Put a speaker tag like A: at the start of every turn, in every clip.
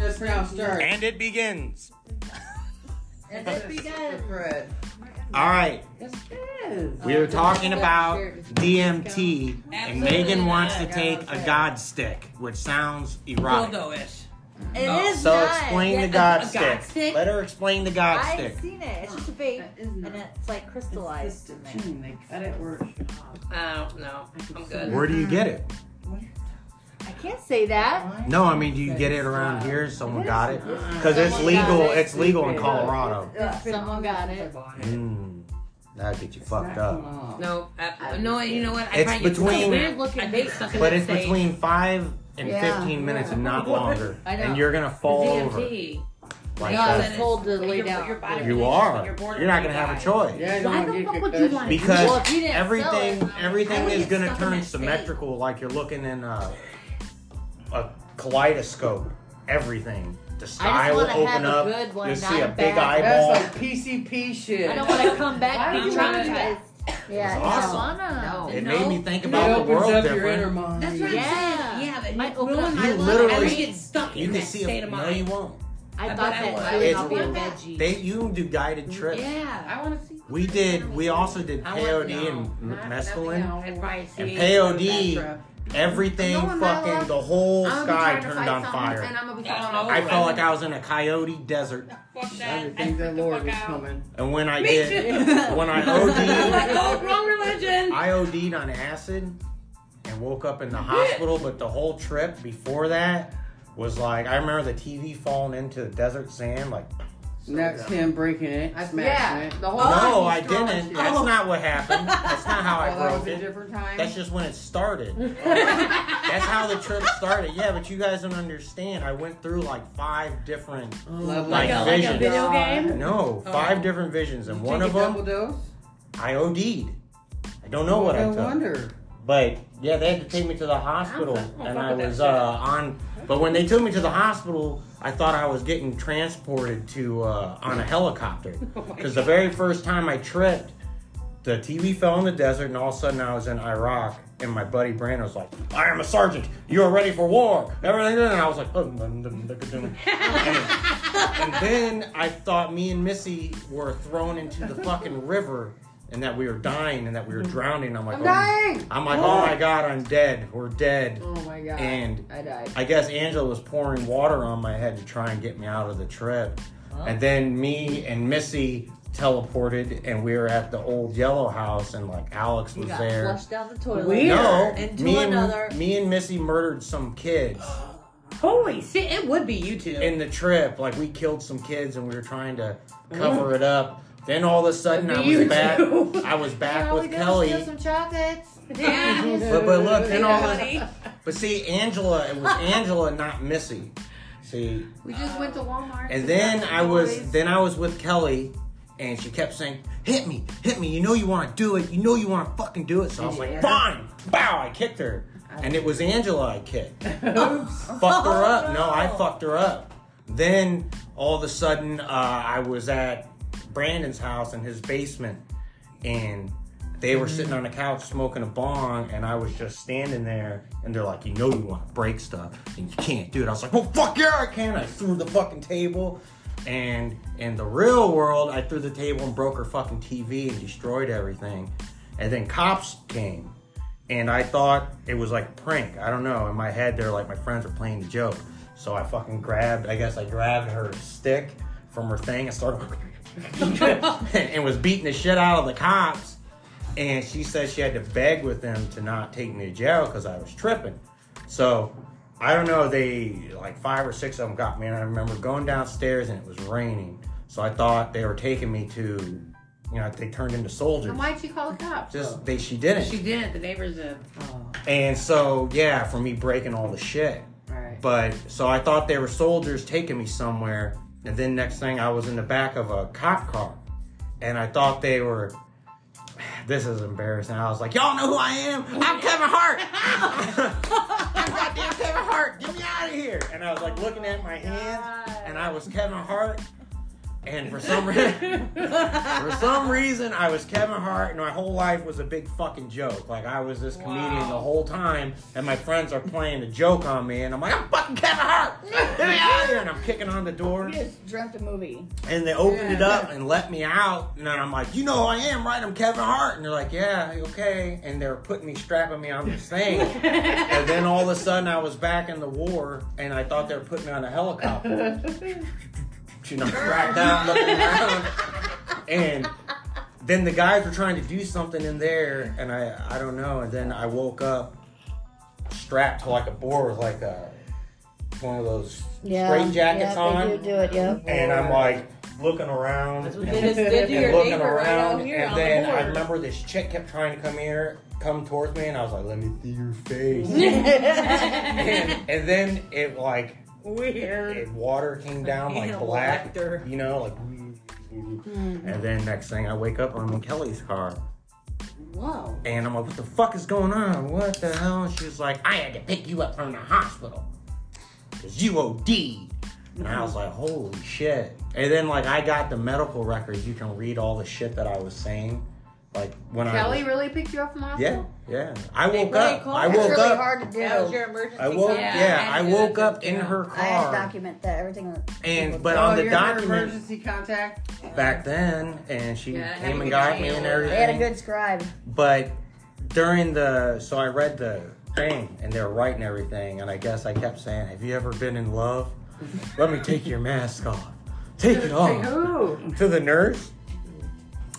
A: it's pronounced stir.
B: And it begins.
A: And it began, Fred.
B: All right.
A: Let's go.
B: We were talking about DMT, and Megan wants to take a God stick, which sounds erotic.
C: Dildo-ish.
D: It
C: No.
D: is
B: So
D: not.
B: explain
D: Yeah,
B: the God
C: a God
B: stick.
D: stick.
B: Let her explain the God
D: I've
B: stick.
D: seen it. It's just a vape,
A: That is not-
D: and it's like crystallized in there.
A: They cut it where it
C: I don't know. I'm good.
B: Where do you get it?
D: I can't say that.
B: No, I mean, do you get it around here? Someone got it?
A: Uh-uh.
B: Because it's
D: Someone got
B: legal.
D: it.
B: It's legal in Colorado.
D: Someone got it.
B: Mm, that'd get you fucked up.
C: No, I, no. You know what? I
B: It's
C: probably get
B: between-
C: something
D: Weird
C: that-
D: looking
C: I think something
B: But
C: that
B: it's
C: say
B: between five and
D: Yeah.
B: 15 minutes and not longer.
D: I know.
B: And you're going to fall over
C: DMT.
B: like
D: Yeah, I
B: that.
D: was told to lay down.
C: Your body
B: You
C: releases
B: are.
C: when You're, born
B: You're not
C: and
B: gonna
C: you
B: have a
C: die.
B: choice
A: Yeah,
D: Why the fuck would you want to
B: because
D: well, if you didn't
B: everything
E: um,
D: sell it,
B: everything
D: I would
B: is
D: get
B: gonna
D: stuck in
B: turn
D: that
B: symmetrical, like you're looking in a a kaleidoscope. Everything, the sky will
D: wanna have
B: open
D: a
B: up.
D: good one,
B: You'll
D: not
B: see a
D: a
B: big
D: bad
B: eyeball.
A: That's like PCP shit.
D: I don't want to come back
A: Why
D: and
A: would
D: be
A: you wanna do
D: traumatized. Yeah,
B: awesome.
D: I don't wanna.
B: it
C: No.
B: made me think
A: It
B: about the
A: opens
B: world
A: up your
B: different.
A: inner mind.
C: That's what
D: Yeah.
C: I'm saying. Yeah, but
D: Might
C: it
D: open
C: ruined
D: up
C: my
B: your
C: life.
B: literally-
C: I would get stuck
B: you
C: in
B: can
C: that
B: see
C: state
B: a
C: of
B: no, you
C: mind.
B: won't.
D: I
C: But
D: thought
C: I
D: that
C: would-
D: too. and
B: It's-
D: I'll be a veggie.
B: They you do guided trips.
C: Yeah.
A: want to see.
B: We did. We also did
C: I
B: peyote
C: wouldn't know.
B: and m-
A: Not-
B: mescaline.
A: nothing else.
C: Advice.
B: And
C: yeah.
B: peyote, everything
F: No, am I
B: fucking
F: allowed-
B: the whole
F: I'm
B: sky
F: trying to
B: turned
F: fight
B: on
F: something, And
B: fire.
F: I'm gonna be
C: That's
F: falling
C: not
F: over.
B: I
C: over.
B: felt like I was in a coyote desert.
C: Fuck
A: I
C: that.
A: didn't think
C: I
A: that
C: freaked the
A: Lord was
C: fuck out.
A: coming.
B: And when I
C: Me
B: did,
C: too.
B: when I
C: I'm like,
B: OD'd,
C: oh, wrong religion.
B: I OD'd on acid and woke up in the hospital, but the whole trip before that was like I remember the TV falling into the desert sand like
A: Next, him breaking it, smashing
F: yeah,
A: it.
F: the whole time
B: No,
F: Oh, he's
B: I
F: throwing
B: didn't.
F: shit.
B: That's not what happened. That's not how
F: Oh,
B: I
F: that
B: broke
F: was a
B: it.
F: different time.
B: That's just when it started. That's how the trip started. Yeah, but you guys don't understand. I went through like five different
A: Level
B: Like
A: up.
B: a- like a visions.
C: video game?
B: no, five
C: Oh.
B: different visions, and
A: You
B: one
A: take
B: of
A: a
B: them
A: Double dose.
B: I OD'd. I don't know what I
A: no
B: took.
A: wonder.
B: But yeah, they had to take me to the hospital,
C: I'm fucking
B: and I
C: with that
B: was
C: shit.
B: uh, on. But when they took me to the hospital, I thought I was getting transported to uh, on a helicopter
C: Oh
B: because the very first time I tripped, the TV fell in the desert, and all of a sudden I was in Iraq. And my buddy Brandon was like, "I am a sergeant. You are ready for war." Everything, and I was like, "Oh, dum, dum, dum, dum, dum." and then I thought me and Missy were thrown into the fucking river, and that we were dying, and that we were drowning. I'm like,
A: I'm
B: "Oh,
A: dying.
B: I'm like, oh my god, I'm dead. We're dead.
A: Oh my god.
B: And
A: I died.
B: I guess Angela was pouring water on my head to try and get me out of the trip. And then me and Missy teleported, and we were at the old yellow house, and like Alex
D: You
B: was
D: got
B: there.
D: flushed down the toilet.
C: Weird.
B: No,
D: Into
B: me
D: another.
B: and me and Missy murdered some kids
C: Holy shit, it would be you two.
B: in the trip. Like we killed some kids, and we were trying to cover it up. Then all of a sudden, I was
C: You
B: back.
C: two.
B: I was back
D: Yeah, we
B: with
D: gotta
B: Kelly.
D: steal some chocolates.
C: Yeah.
B: But, but look, then all of a
C: Buddy.
B: But see, Angela, it was Angela, not Missy. See,
F: we just went to Walmart.
B: and then I was then I was with Kelly, and she kept saying, "Hit me, hit me! You know you want to do it. You know you want to fucking do it." So I was like, "Fine, bow!" I kicked her, and it was Angela I kicked.
A: Oops.
B: fucked her up. No, I fucked her up. Then all of a sudden, uh, I was at Brandon's house in his basement, and they were sitting on a couch smoking a bong, and I was just standing there, and they're like, "You know, you want to break stuff, and you can't do it." I was like, "Well, fuck yeah, I can!" I threw the fucking table. And in the real world, I threw the table and broke her fucking TV and destroyed everything. And then cops came and I thought it was like a prank. I don't know. In my head, they're like my friends were playing the joke. So I fucking grabbed. I guess I grabbed her stick from her thing and started and was beating the shit out of the cops. And she said she had to beg with them to not take me to jail because I was tripping. So I don't know. They like five or six of them got me, and I remember going downstairs and it was raining. So I thought they were taking me to, you know, they turned into soldiers.
F: And why'd you call the cops?
B: Just they, she didn't.
C: She did it. The neighbors did.
A: Oh,
B: And so, yeah, for me breaking all the shit.
A: all right.
B: But so I thought they were soldiers taking me somewhere. And then next thing I was in the back of a cop car. And I thought they were. This is embarrassing. I was like, y'all know who I am? I'm Kevin Hart. I'm goddamn Kevin Hart. Get me out of here. And I was like looking at my hands, and I was Kevin Hart. And for some reason, for some reason, I was Kevin Hart, and my whole life was a big fucking joke. Like I was this comedian the whole time, and my friends are playing a joke on me, and I'm like, I'm fucking Kevin Hart. Get me out of here! And I'm kicking on the door,
G: You just dreamt a movie.
B: and they opened it up and let me out, and then I'm like, you know who I am, right? I'm Kevin Hart, and they're like, yeah, okay, and they're putting me, strapping me on this thing, and then all of a sudden I was back in the war, and I thought they were putting me on a helicopter. you know, right down, looking around. And then the guys were trying to do something in there, and I, I don't know. And then I woke up strapped to like a board with like a one of those
G: Yeah.
B: straight jackets
G: yeah,
B: on,
G: They do do it, yeah.
B: and I'm like looking around
C: That's what
B: and,
C: Dennis did to
B: and
C: your
B: looking
C: neighbor right
B: around,
C: out here
B: and
C: on the
B: then
C: board.
B: I remember this chick kept trying to come here, come towards me, and I was like, "Let me see your face," and, and then it like
C: Weird.
B: it, water came down like
C: Animal
B: black,
C: actor.
B: you know, like. And then next thing I wake up, I'm in Kelly's car,
C: Whoa.
B: and I'm like, "What the fuck is going on? What the hell?" And she was like, "I had to pick you up from the hospital, cause you OD'd." And I was like, "Holy shit!" And then like I got the medical records. You can read all the shit that I was saying, like when I
F: Kelly
B: was,
F: really picked you up from the
B: yeah,
F: hospital?
B: yeah. I
C: They
B: woke
C: really
B: up.
C: call
B: I
C: it?
G: It's
B: woke
G: really
B: up.
G: hard to do.
C: That was your emergency
B: I woke.
C: call?
B: Yeah,
C: had
B: I
C: to do that
B: woke
C: to
B: up in
C: Jan.
B: her
G: I had to
B: car.
G: document that everything. that people
B: And but
G: do.
B: on
A: oh,
B: the
A: you're Her
B: document
A: emergency contact.
B: back then, and she
C: Yeah,
B: came
C: I
B: and got
C: think
B: me
C: it's
B: and
C: real.
G: they had a
B: everything.
G: good scribe.
B: But during the so I read the thing and they're writing everything and I guess I kept saying, Have you ever been in love? Let me take your mask off. Take it off
C: Ooh.
B: to the nurse.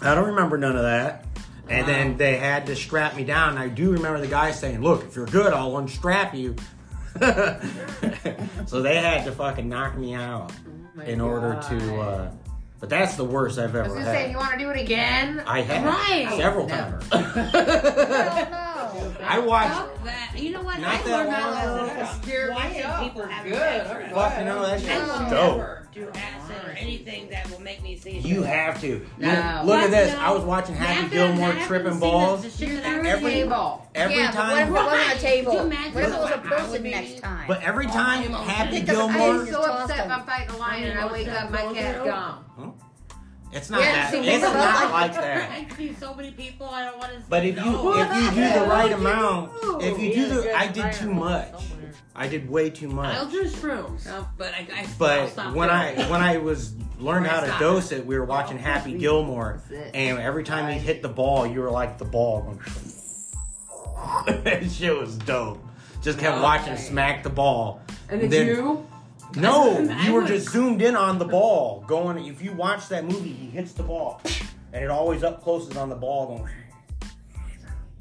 B: I don't remember none of that. And then they had to strap me down. And I do remember the guy saying, Look, if you're good, I'll unstrap you. so they had to fucking knock me out in order to uh but that's the worst I've
F: I
B: ever
F: was gonna
B: had.
F: say, you want to do it again?
B: I have
C: Right.
B: several
C: No.
B: times.
G: Oh
B: I watched.
C: Fuck that. You know what?
B: Not
C: I
B: that
C: learned
B: long
C: my
B: ago.
C: lesson from
A: Scare me
C: watching
A: up.
C: people
A: We're
C: have
A: good.
C: sex.
B: Fuck, you know that
C: I
B: shit's
C: will
B: dope.
C: never do acid or anything that will make me see.
B: You have to.
C: No.
B: Look, look at this. I was watching
C: That
B: Happy
C: does-
B: Gilmore
C: that
B: tripping
C: happens,
B: balls
C: see, that's the shit that I
F: Through
C: do.
F: the
B: every-
F: table.
B: every
G: yeah,
B: time.
G: But what if it wasn't a
C: Right.
G: table?
C: Could you imagine
G: What if it was a
C: what I would
G: person
C: be-
G: next time?
B: but every time Happy
G: Because I
F: I'm
B: Gilmore,
G: You're
F: so
G: tossed
F: upset if
G: them.
F: I'm fighting a lion and I wake up, my cat's gone.
B: it's not
G: Yeah,
B: that.
G: see,
B: It's
G: that's what I
B: not
G: like.
B: like that.
C: I see so many people. I don't want to.
B: But if you
C: no.
B: if you do the right amount,
C: do?
B: if you do the, I did
C: Right.
B: too much.
C: Somewhere.
B: I did way too
C: I'll
B: much.
C: do shrooms, uh, but I, I I'll
B: But
C: stop
B: when I
C: doing it.
B: when I was learned how to
C: Stop.
B: dose it, we were watching Happy Gilmore, and every time you hit the ball, you were like the ball. Going shit was dope. Just kept watching smack the ball.
A: And did
B: Then-
A: you?
B: No,
C: I
B: you were
C: would-
B: just zoomed in on the ball. Going, if you watch that movie, he hits the ball, and it always up close is on the ball going.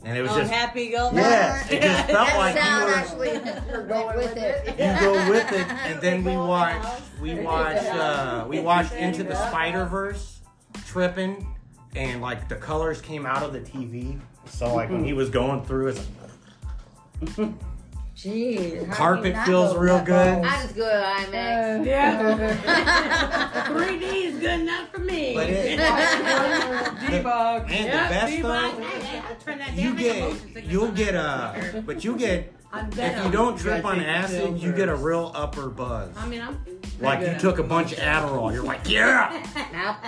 B: And it
A: Oh,
B: was just
C: happy go.
B: yes, it just felt
G: that
B: like
G: sound
B: you were
G: actually went with it.
B: you go with it, and then we watch we watch uh, we watched Into the Spider Verse, tripping, and like the colors came out of the TV. So like when he was going through, it's
G: Jeez. how do you
B: carpet
G: not
B: feels
G: go
B: real
G: nut
B: good.
G: balls?
F: I just go to IMAX.
A: Uh.
C: Yeah. 3D is good enough for me.
B: But it,
A: Debug.
B: man,
C: Yeah,
B: the best
C: people, I-
B: though,
C: I- I turn that
B: you
C: down, make a motion
B: get
C: sickness
B: you'll
C: on
B: get
C: that
B: a
C: motherfucker.
B: but you get
C: I'm
B: if
C: down.
B: you don't
A: You gotta
B: trip on
A: take the pill
B: acid, you get a
A: first.
B: real upper buzz.
C: I mean, I'm.
B: Like you took a bunch of Adderall, you're like, yeah,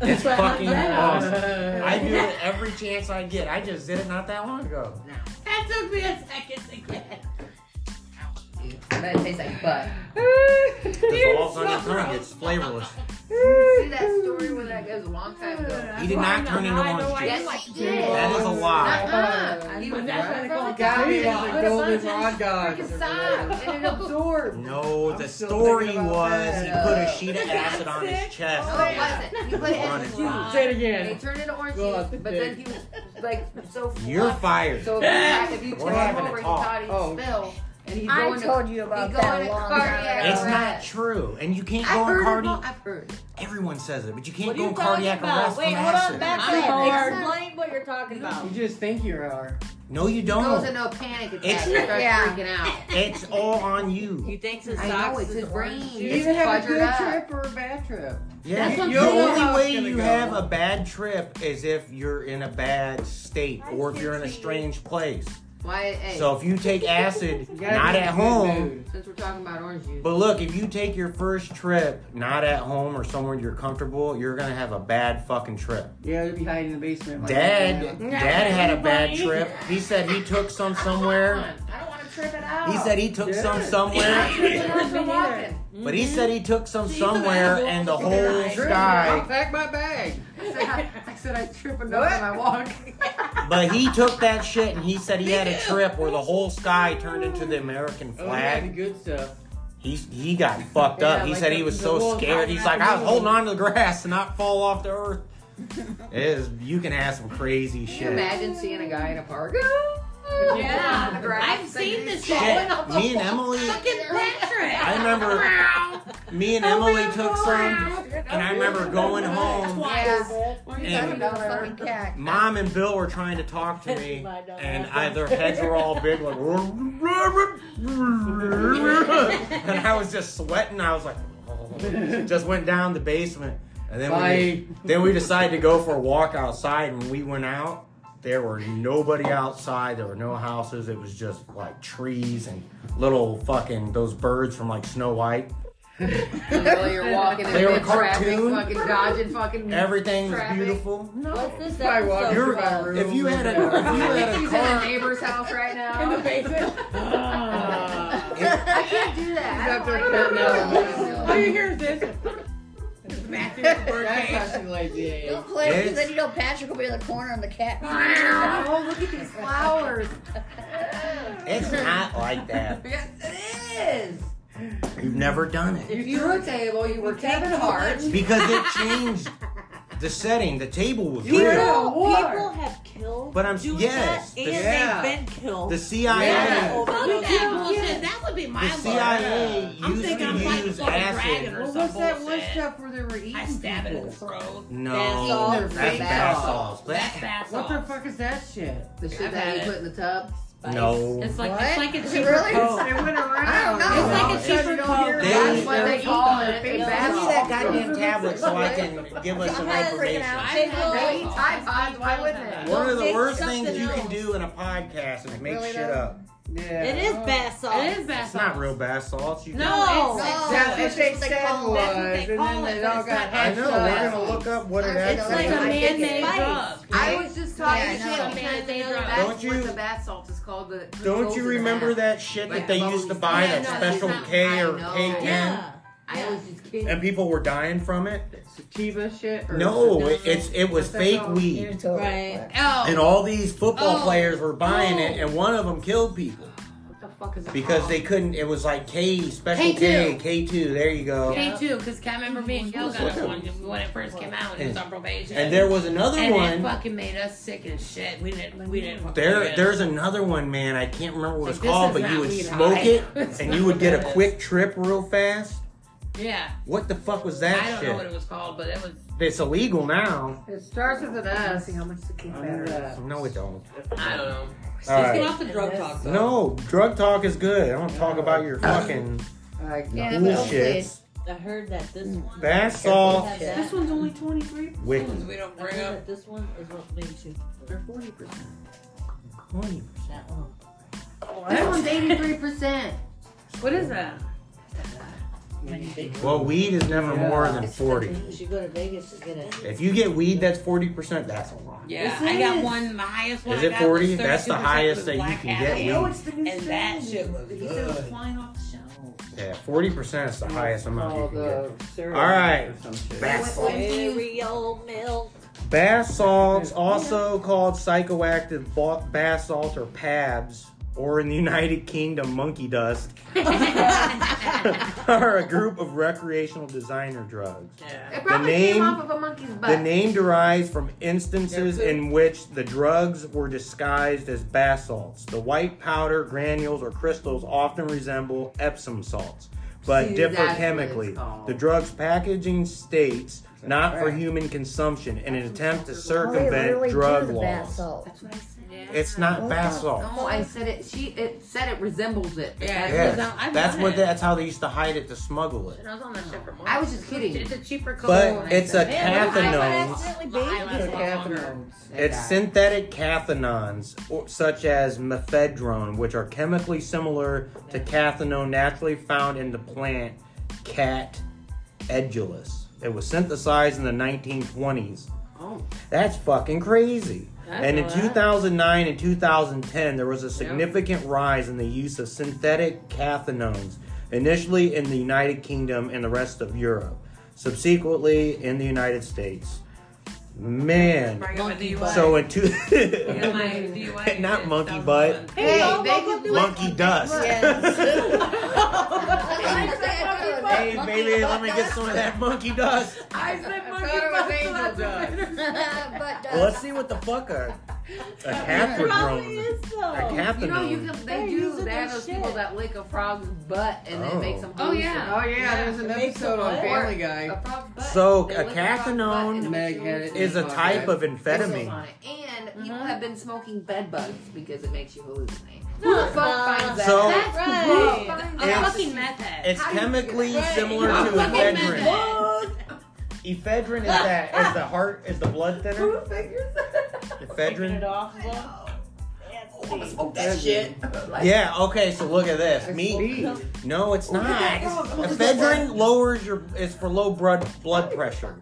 B: it's fucking awesome. I do it every chance I get. I just did it not that long ago.
C: That took me a second to get.
D: But it tastes like butt.
B: Because all on your tongue, it's flavorless.
F: See that story where that goes a long time ago?
B: He did not turn into one
F: Yes,
B: Street.
F: I did.
B: That is a lie.
F: Uh-uh.
A: He
C: But
A: was
C: that's
A: right.
C: what I call
A: God
C: it.
A: is a golden rod god.
F: Freaking stop. And it absorbed.
B: No,
A: I'm
B: the
A: still
B: story
A: thinking about
B: was
A: that.
B: he put a sheet of acid on his
C: Sick.
B: chest.
F: No, it wasn't. He put it in his
B: Wow.
F: mouth.
A: Say it
F: They
A: again.
F: turned it orange
A: God,
F: juice, but then he was like so full.
B: You're
F: up.
B: fired.
F: So if you, had- if you
B: We're
F: turned him
B: having a
F: over, he
B: talk.
F: thought he'd
A: Oh.
F: spill. And he'd go
G: I
F: into
G: told you about
F: you go
G: that a
F: into
G: long
F: cardiac
G: time
B: It's
G: ago.
B: not
F: Correct.
B: true, and you can't
F: I've
B: go
F: heard
B: on
F: it
B: cardi.
F: all- I've heard it.
B: Everyone says it, but you
C: What
B: can't
C: are
B: go
C: you
B: on
C: talking
B: cardiack
C: about?
B: arrest
C: Wait,
B: from
C: hold on,
B: acid.
G: back
C: I'm
G: up.
C: hard.
G: Explain what you're talking about.
A: You just think you are.
B: No, you
F: goes
B: don't.
F: into a panic attack
B: It's-
F: and starts
G: Yeah.
F: freaking out.
B: It's all on you.
C: He thinks his
F: I know,
C: socks
F: it's
C: is
F: his
C: orange
F: brain.
A: Do
C: juice.
A: you
F: It's
A: even have a
F: fudged
A: good
F: up.
A: trip or a bad trip?
B: Yeah,
C: That's what
B: the
C: I'm saying.
B: only
A: How it's
B: way
A: gonna
B: you
A: go.
B: have a bad trip is if you're in a bad state or if you're in a strange place.
F: Why? Hey,
B: So if you take acid
A: You gotta
B: not
A: be in a
B: at
A: good
B: home,
A: mood.
F: since we're talking about orange juice,
B: but look, if you take your first trip not at home or somewhere you're comfortable, you're gonna have a bad fucking trip.
A: Yeah, they'll be hiding in the basement. Like
B: Dad,
A: Yeah.
B: Dad had a bad trip. He said he took some somewhere.
F: I don't want to trip it out.
B: He said he took some
A: Yeah.
B: somewhere,
F: Tripping out
C: Me
F: for walking.
B: but he said he took some
C: See, you could've
B: somewhere,
C: had
B: and the
C: a
B: whole
C: little
A: Trip, I
B: sky.
A: packed my bag.
F: I said I, I said I trip enough on my walk.
B: But he took that shit, and he said he had a trip where the whole sky turned into the American
A: Oh, they had the
B: flag.
A: good stuff.
B: He he got fucked
A: Yeah,
B: up. He
A: like
B: said he
A: the-
B: was
A: the
B: so
A: little
B: scared. He's like, I was holding on to the grass to not fall off the earth. It is. You can have some crazy
F: Can you
B: shit.
F: imagine seeing a guy in a park?
C: Yeah.
F: On the grass.
C: I've seen this shit.
B: Shit, me and Emily.
C: Look at Patrick.
B: I remember me and Emily took some, and I remember going home.
F: Yes.
G: What
B: you talking
G: about,
F: fucking
G: cat?
B: Mom and Bill were trying to talk to me, and I, their heads were all big, like, and I was just sweating. I was like, just went down the basement, and then
A: Bye.
B: we then we decided to go for a walk outside. And we went out. There were nobody outside. There were no houses. It was just like trees and little fucking those birds from like Snow White.
F: While you're walking
B: They
F: in
B: were
F: mid traffic,
B: cartoon.
F: fucking dodging, fucking.
B: Everything was
F: Mm. Traffic.
B: beautiful.
G: What's this
A: Probably walked
G: episode
B: You're-
A: through my
G: about?
A: room.
B: If you had a, if you had a
F: He's at a
B: car,
F: neighbor's house right now.
G: basement.
F: I can't do that. I
A: He's up there
F: don't
A: cutting out
F: like
A: the
F: that.
A: window.
G: All you hear is this.
A: That's how she like
E: Don't
A: yeah.
E: play because
B: Yes.
E: then you know Patrick will be in the corner and the cat.
F: Oh, look at these flowers.
B: it's not like that.
F: Yes, it is.
B: You've never done it
F: If you were a table, you were Kevin Hart.
B: because it changed the setting. The table was
A: You
B: real.
A: know-
C: People, people have killed.
B: But I'm-
C: doing
B: yes,
C: that,
B: the-
C: and
A: Yeah.
C: they've been killed.
B: The CIA,
A: Yeah.
C: Over
G: Fuck
C: that
G: that
C: bullshit. That would be my
B: the
C: word.
B: CIA
C: I'm
B: used
C: thinking I'm
B: to
C: fighting
B: use
C: a fucking dragon
B: acid.
C: or
A: Well,
C: some
A: what's that one
C: bullshit.
A: stuff where they were eating
C: I stab it in the
A: people?
C: throat.
B: No, that's
F: That's bath
B: bath
F: salts.
B: salts.
C: That's
B: That-
C: bad
A: What the
C: sauce.
A: fuck is that shit?
F: The shit
C: I've
F: that
C: had
F: you
C: it.
F: put in the tub.
B: No.
C: It's like
E: What?
C: it's like a
E: Is it
C: cheaper
E: really?
C: Coke.
A: It went around.
E: I don't know.
C: It's like a
B: It's
C: cheaper Coke.
B: They-
F: That's what they call it. A
B: Give
F: bath
B: me
F: salt.
B: that goddamn tablet so I can give us some
E: I'm freaking
B: information.
E: out.
C: They will-
F: They eat Tide Pods. Why wouldn't they?
B: One of the
C: Mix
B: worst
C: something
B: things you can
C: else.
B: do in a podcast is make
E: Really
B: shit
E: though?
B: up.
A: Yeah.
C: It is bath sauce.
F: It is bath
B: It's not real bath salts. You can-
C: No, it's,
E: No.
A: That's what
E: That's
A: they
E: what they
A: said
E: call-
A: was,
C: that's what they
A: and then
C: call it,
A: they
C: but
A: all
C: it's
A: got
C: not
B: I
A: hacked
B: know.
A: up.
B: We're gonna look up what it
E: It's
C: it's
B: actually
C: like
E: like
C: a
E: a
C: man-made
E: spice.
C: drug.
F: I was just talking
E: Yeah, I
F: shit
E: know.
F: because they
C: Don't
F: that's
B: you-
F: what the bath salt is called. The, the
B: Don't
F: goes in
B: you
F: the
B: remember
F: bath.
B: that shit that
F: Yeah,
B: they
F: bubble
B: used to
F: tea.
B: buy,
C: Yeah,
B: that
C: no,
B: special
F: it's not-
B: K
F: I
B: or
F: know.
B: K10?
C: Yeah.
F: I was just kidding.
B: And people were dying from it?
A: Sativa shit? Or
B: No, it, it's, it was
A: What's that
B: fake
A: called?
B: weed.
C: Right.
F: Oh,
B: And all these football
C: Oh.
B: players were buying it, and one of them killed people
F: what the fuck is it
B: because
F: called?
B: they couldn't. It was like K, special K,
C: K2.
B: K2, there you go.
C: Me too, because I remember me and Gil got it one when it first came out when it was on probation.
B: And there was another
C: and
B: one.
C: it fucking made us sick as shit. We didn't. We didn't. fucking do
B: There,
C: it.
B: there's another one, man. I can't remember what
C: Like,
B: it's
C: this
B: called,
C: is
B: but you
C: not
B: would
C: weed
B: smoke
C: high.
B: it,
C: It's
B: and
C: not
B: you would get
C: what
B: a
C: it
B: quick trip real fast.
C: Yeah.
B: What the fuck was
C: I
B: that
C: don't
B: shit?
C: know what it was called, but it was.
B: It's illegal now.
F: It starts with an S. How much the
A: I remember that.
B: No, it don't.
C: I don't know.
B: All
C: Let's get
B: right.
C: off the drug talk. Though.
B: No, drug talk is good. I don't talk about your fucking
A: Like,
E: Yeah, but hopefully-
B: bullshits.
C: I heard that this one.
B: That's all
E: This
A: one's only 23
B: wicked.
C: we don't
G: I heard
C: bring up.
G: that this one is what makes you.
A: or 40%.
G: That one.
F: That one's eighty-three percent.
G: What is that?
B: Well, weed is never
A: Yeah.
B: more than forty.
G: You should go to Vegas to get it.
B: If you get weed that's forty percent, that's a lot.
C: Yeah,
G: Yes,
C: I
G: it
C: got
G: is.
C: one. The highest one.
B: Is
C: I
B: it
C: got
B: 40?
C: was
B: That's the
C: 32%
B: highest
C: with
B: that you
C: black
B: can get,
C: Adam.
B: I know it's
A: the
C: And that shit was
A: He said it was
C: good. flying off the shelf.
B: Yeah, forty percent is the highest amount you
A: All
B: can get.
A: Oh, the cereal
B: All right.
A: or some shit.
B: Bath salts.
G: Cereal milk.
B: Bath salts, also called psychoactive ba- bath salt or PABs, or in the United Kingdom, monkey dust, are a group of recreational designer drugs.
C: Yeah.
F: It probably
B: name-
F: came off of a monkey's butt.
B: The name derives from instances in which the drugs were disguised as bath salts. The white powder, granules, or crystals often resemble Epsom salts, but
F: See,
B: differ
F: that's what it's
B: chemically.
F: called.
B: The drug's packaging states not for
A: crap.
B: human consumption in an attempt to
E: Well, they
B: circumvent
E: Oh, really do
B: drug
E: the bath
B: laws.
E: salt.
F: That's what I said.
C: Yeah.
B: It's not bath salt.
F: No, I said it. She it said it resembles it.
C: Yeah.
B: Yes.
C: Because I- I've
B: that's
C: done
B: what.
C: it.
B: That's how they used to hide it to smuggle it.
C: And I was on that shit for months.
F: I was just kidding.
C: It's a cheaper cologne.
B: But it's a
G: Man, what if I
B: cathinone.
G: accidentally
C: My
G: bathed
C: eyelash
G: in it?
C: longer.
B: It's synthetic cathinones, or, such as methadone, which are chemically similar to cathinone naturally found in the plant Cat edulis. It was synthesized in the 1920s.
A: Oh.
B: That's fucking crazy.
C: That's
B: and
C: a
B: in
C: lot.
B: 2009 and 2010, there was a significant rise in the use of synthetic cathinones, initially in the United Kingdom and the rest of Europe, subsequently in the United States. Man.
C: Bring up a DUI.
B: So in two.
C: Yeah, my DUI
B: Not
C: is
B: monkey
C: 1,001.
B: butt.
F: Hey,
G: y'all,
F: they
G: welcome
F: can
G: to
B: Monkey dust. Hey, baby, let me get some of that monkey dust.
A: I said
F: I thought it was angel dust.
A: Oh,
F: uh,
E: but
B: Well, let's see what the fuck a, a
G: Probably
B: cathinone.
G: is though.
B: A cathinone.
F: You know, you can. They
G: They're
F: do.
G: using
F: They have
G: their
F: those people
G: shit.
F: that lick a frog's butt and then
B: Oh.
F: make some.
C: Oh,
F: juice.
C: yeah.
A: Oh yeah, there's an
G: It makes
A: episode
G: a
A: on
G: what?
A: Family
F: A
A: Guy.
F: frog's butt.
B: So,
F: They
B: a
F: lick frog's butt
B: cathinone
F: and it
A: Meg
F: makes
A: had
F: juice.
A: it
B: is a type of
F: crystals on
B: amphetamine.
F: it. And people have been smoking bed bugs because it makes you hallucinate. Who the
G: Uh,
F: fuck finds that?
B: So-
F: That's
G: Right.
F: who
C: A
F: finds that?
C: fucking meth head.
B: It's
F: How do you
B: chemically
F: figure that?
B: similar
C: How
B: to
C: fucking method?
B: ephedrine. Ephedrine is that is the heart is the blood thinner.
G: Taking it
B: Ephedrine.
G: off. look. Nasty.
F: Smoke Oh, that shit. Like,
B: Yeah. Okay. So look at this. Me.
A: Speed.
B: No, it's not.
A: frog.
B: Ephedrine lowers your. It's for low blood blood pressure.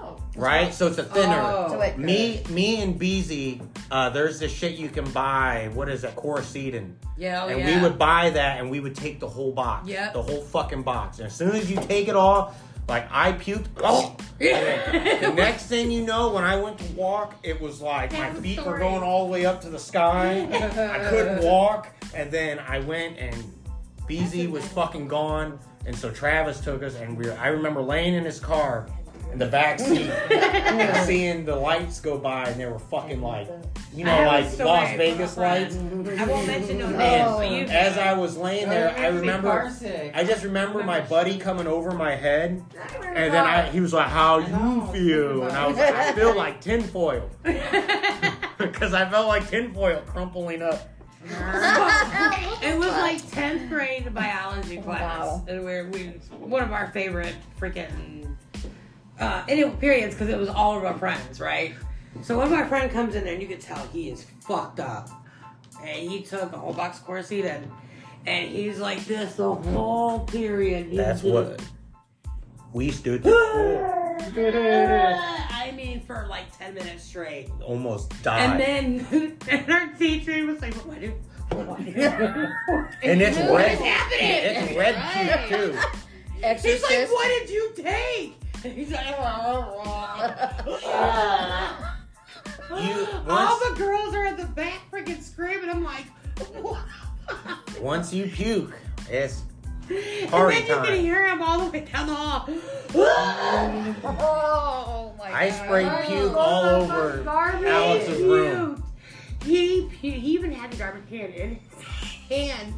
F: no.
B: Right. So it's a thinner.
A: Oh.
B: Me, me, and Beezy. Uh, there's this shit you can buy. What is it? Corseden.
C: Yeah, oh,
B: and
C: yeah.
B: we would buy that and we would take the whole box.
C: Yep.
B: The whole fucking box. And as soon as you take it all, like I puked. Oh! And the next thing you know, when I went to walk, it was like my
C: Damn
B: feet were
C: story.
B: going all the way up to the sky. I
C: Uh.
B: couldn't walk. And then I went and BZ was fucking gone. And so Travis took us and we were, I remember laying in his car in the back seat and seeing the lights go by and they were fucking like, you
C: I
B: know,
C: have a
B: like
C: story
B: Las
C: from
B: Vegas
C: a friend.
B: lights.
C: I won't mention no names,
B: And
C: but you
B: as I was laying there, I remember,
A: Carsick.
B: I just remember my buddy coming over my head, and then I, he was like, "How you feel?" And I was like, "I feel like tinfoil," because I felt like tinfoil crumpling up.
C: It was like tenth grade biology class,
E: Wow.
C: and we we one of our favorite freaking uh, and it periods because it was all of our friends, right? So when my friend comes in there, and you could tell he is fucked up, and he took a whole box of Corsetin, and he's like this the whole period. He's
B: That's
C: just-
B: what we stood to
C: I mean, for like ten minutes straight.
B: almost
C: And
B: died, and,
C: then and our teacher was like, "What? do- What? do-
B: it's
E: What
B: red.
E: is
B: It's red puke too.
C: He's
E: Exorcist.
C: like, what did you take? And he's like,
B: You
C: all
B: once,
C: the girls are at the back freaking screaming. I'm like, what?
B: once you puke, it's
C: and
B: Party
C: then you
B: time.
C: can hear him all the way down the hall.
E: Oh my
B: I
E: god.
B: sprayed puke all over Alex's room.
C: He, he even had the garbage can in his hand,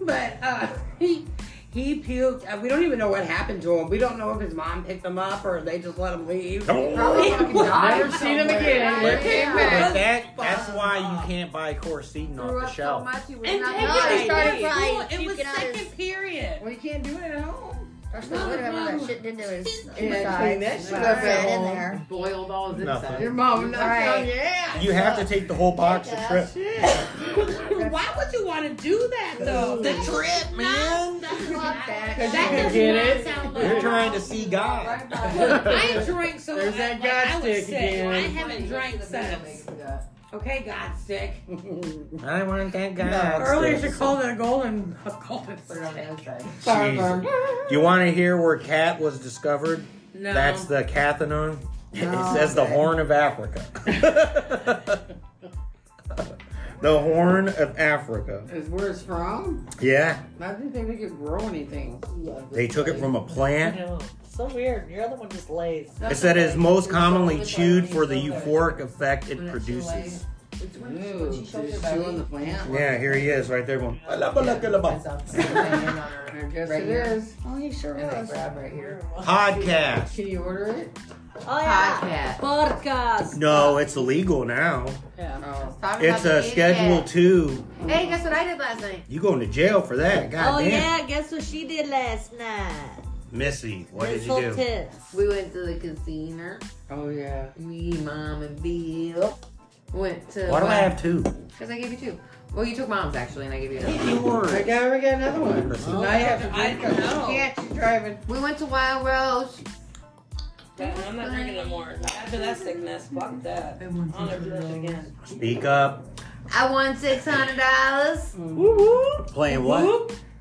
C: but uh, he he puked. Uh, we don't even know what happened to him. We don't know if his mom picked him up or they just let him leave.
F: Probably fucking died
A: Never seen him
F: somewhere.
A: again.
B: But,
F: Yeah.
B: but that that's why you can't buy Corsetin
F: Threw
B: off the
F: up so
B: shelf.
F: much he was
C: And
F: not
C: take
E: No,
F: lying.
E: he started
C: Right.
E: crying.
C: Well, it was
E: puking out
C: second
E: his-
C: period.
A: Well, you can't do it at home.
E: Or something, whatever that shit did to his
A: Yeah, clean that
E: insides.
A: shit up at
E: Sat in
A: home.
E: there.
F: Boiled all his
B: Nothing.
F: insides.
A: Your mom, not
E: Right.
A: right. yeah.
B: You have to take the whole box of
E: Yeah.
B: trip.
C: Why would you want to do that though? The trip, man.
E: Fuck that.
A: Cause
C: That
A: you can
C: does
A: get
C: not
A: it.
C: sound like
B: You're trying to see God.
C: I drank so
A: There's that
C: like,
A: God
C: I was
A: stick
C: sick.
A: again.
C: I haven't drank since. Okay, God stick.
B: I want that
A: God
C: Earlier she called it a golden a golden stick.
B: You want to hear where cat was discovered?
C: No.
B: That's the cathinone.
A: No.
B: it says the Horn of Africa. the Horn of Africa.
A: Is where it's from?
B: Yeah,
A: I didn't think they could grow anything.
B: they took it from a
G: I
B: plant.
G: know. So weird. Your other one just lays.
B: It said it is most commonly chewed for the euphoric effect it produces.
A: Ew, she's chewing the plant.
B: Yeah, here he is, right there. Going,
A: I guess it
F: Right here.
A: is.
E: Oh, he sure was.
F: right here.
B: podcast.
A: Can you order it?
G: Oh yeah.
F: Podcast.
G: Podcast.
B: No, it's illegal now.
G: Yeah.
A: Oh.
F: Talking
B: It's
F: about
B: a
F: the
B: Schedule
F: idiot.
B: Two.
F: Hey, guess what I did last night?
B: You going to jail for that?
H: Oh
B: God damn,
H: yeah, guess what she did last night?
B: Missy, what did
H: Miss
B: you do?
H: Holtis.
F: We went to the casino.
A: Oh yeah.
F: We, mom, and Bill went to.
B: Why do I have two?
F: Because I gave you two. Well, you took mom's actually, and I gave you another.
B: You
A: I
B: were.
A: got we got another one.
B: Chrissy.
A: Now you have to
C: I
A: drink
C: don't
A: them.
C: know.
A: Yeah, she's driving.
F: We went to Wild Rose.
C: I'm not drinking no more. After that sickness, fuck that. I'll never do that shit again.
B: Speak up.
F: I won six hundred dollars.
B: Playing what?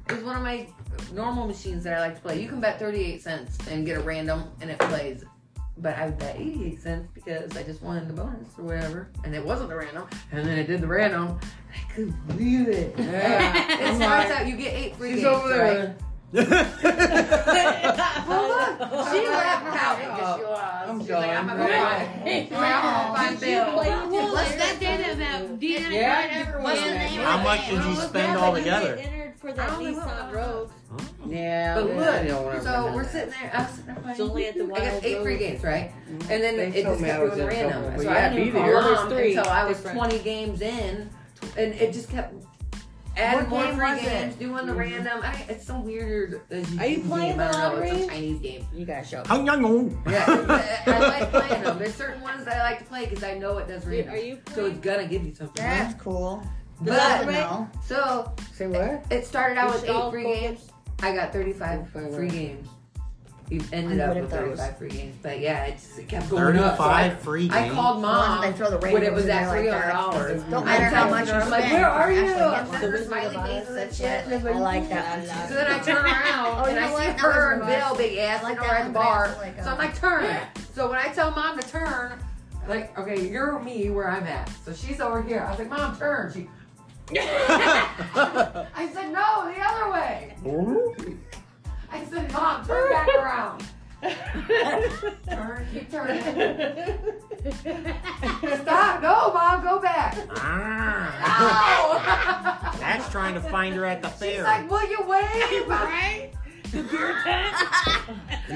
F: It was one of my normal machines that I like to play. You can bet thirty-eight cents and get a random, and it plays. But I would bet eighty-eight cents because I just won the bonus or whatever, and it wasn't the random. And then it did the random. and I couldn't believe it.
A: Yeah.
F: It
A: I'm
F: starts
A: like,
F: out. You get eight free
A: Oh She's
F: games,
A: over there.
F: Well, look, she laughed out because she was.
A: I'm
F: She's like, I'm
A: done.
F: gonna find. She's like, I'm gonna find Bill.
H: What's that did about Deanna?
A: Yeah,
E: What's the
A: everyone.
E: name
B: How
E: of
B: much
E: it?
B: did you spend all together?
H: for that
F: I only want
H: Nissan
F: one.
H: Rogue.
A: Yeah,
F: But
A: we- I don't wanna
F: look, so
A: remember
F: we're
A: that. Mm-hmm.
F: sitting there. I'm sitting there playing.
H: It's only at the
F: I got
H: Wild
F: eight free
H: Rose.
F: games, right? And then
A: They
F: it
A: told
F: just
A: me I
F: kept
A: was
F: doing
A: in
F: random.
A: trouble, but
F: so
A: yeah,
F: I didn't even
A: beat it.
F: call
A: There was
F: mom
A: three
F: until I was
A: different.
F: 20 games in, and it just kept adding
E: What
F: more
E: game
F: free
E: was it?
F: games, doing
A: Mm-hmm.
F: the random. I, it's some weird. Uh,
H: Are you
F: game.
H: playing the
F: I don't know. It's
H: lottery?
F: a Chinese game.
E: You gotta show.
B: Hung young old.
F: Yeah, I, I like playing them. There's certain ones that I like to play because I know it does random.
H: Are you
F: so it's gonna give you something.
E: That's cool.
F: But
E: But no.
F: so
A: Say what?
F: it started out
H: We
F: with
H: should all
F: eight free
H: go
F: games. I got 35
A: Go for
F: free
A: it.
F: games. You ended
E: I'm
F: up
E: good
F: with
E: at those.
F: 35 free games, but yeah, it just it kept going up. So I-
B: Thirty-five free
F: I
B: games.
F: called mom
E: They throw the
F: when it
E: rainbows
F: was
E: in
F: at
E: there like
F: three hundred
E: that.
F: dollars.
E: Don't matter how much you
F: I'm
E: spend.
F: like, where are
E: you
F: you?
E: actually
F: I'm
E: get
F: sending her
E: one.
F: smiley faces and shit.
E: I like that.
F: So then I turn around
E: Oh,
F: and
E: you
F: I
E: know
F: see
E: what?
F: her
E: That
F: and
E: was
F: Bill,
E: nice.
F: big ass,
E: I like
F: and her
E: that one,
F: at the bar.
E: but it's like,
F: so I'm
E: um,
F: like, turn. So when I tell mom to turn, like, okay, you're me where I'm at. So she's over here. I was like, mom, turn. She, I said, no, the other way. I said, mom, turn back around. Turn, keep turning. Stop. No, mom, go back.
B: Ah,
F: No.
B: that's trying to find her at the
F: She's
B: fair.
F: like, will you wave?
C: Right?
B: You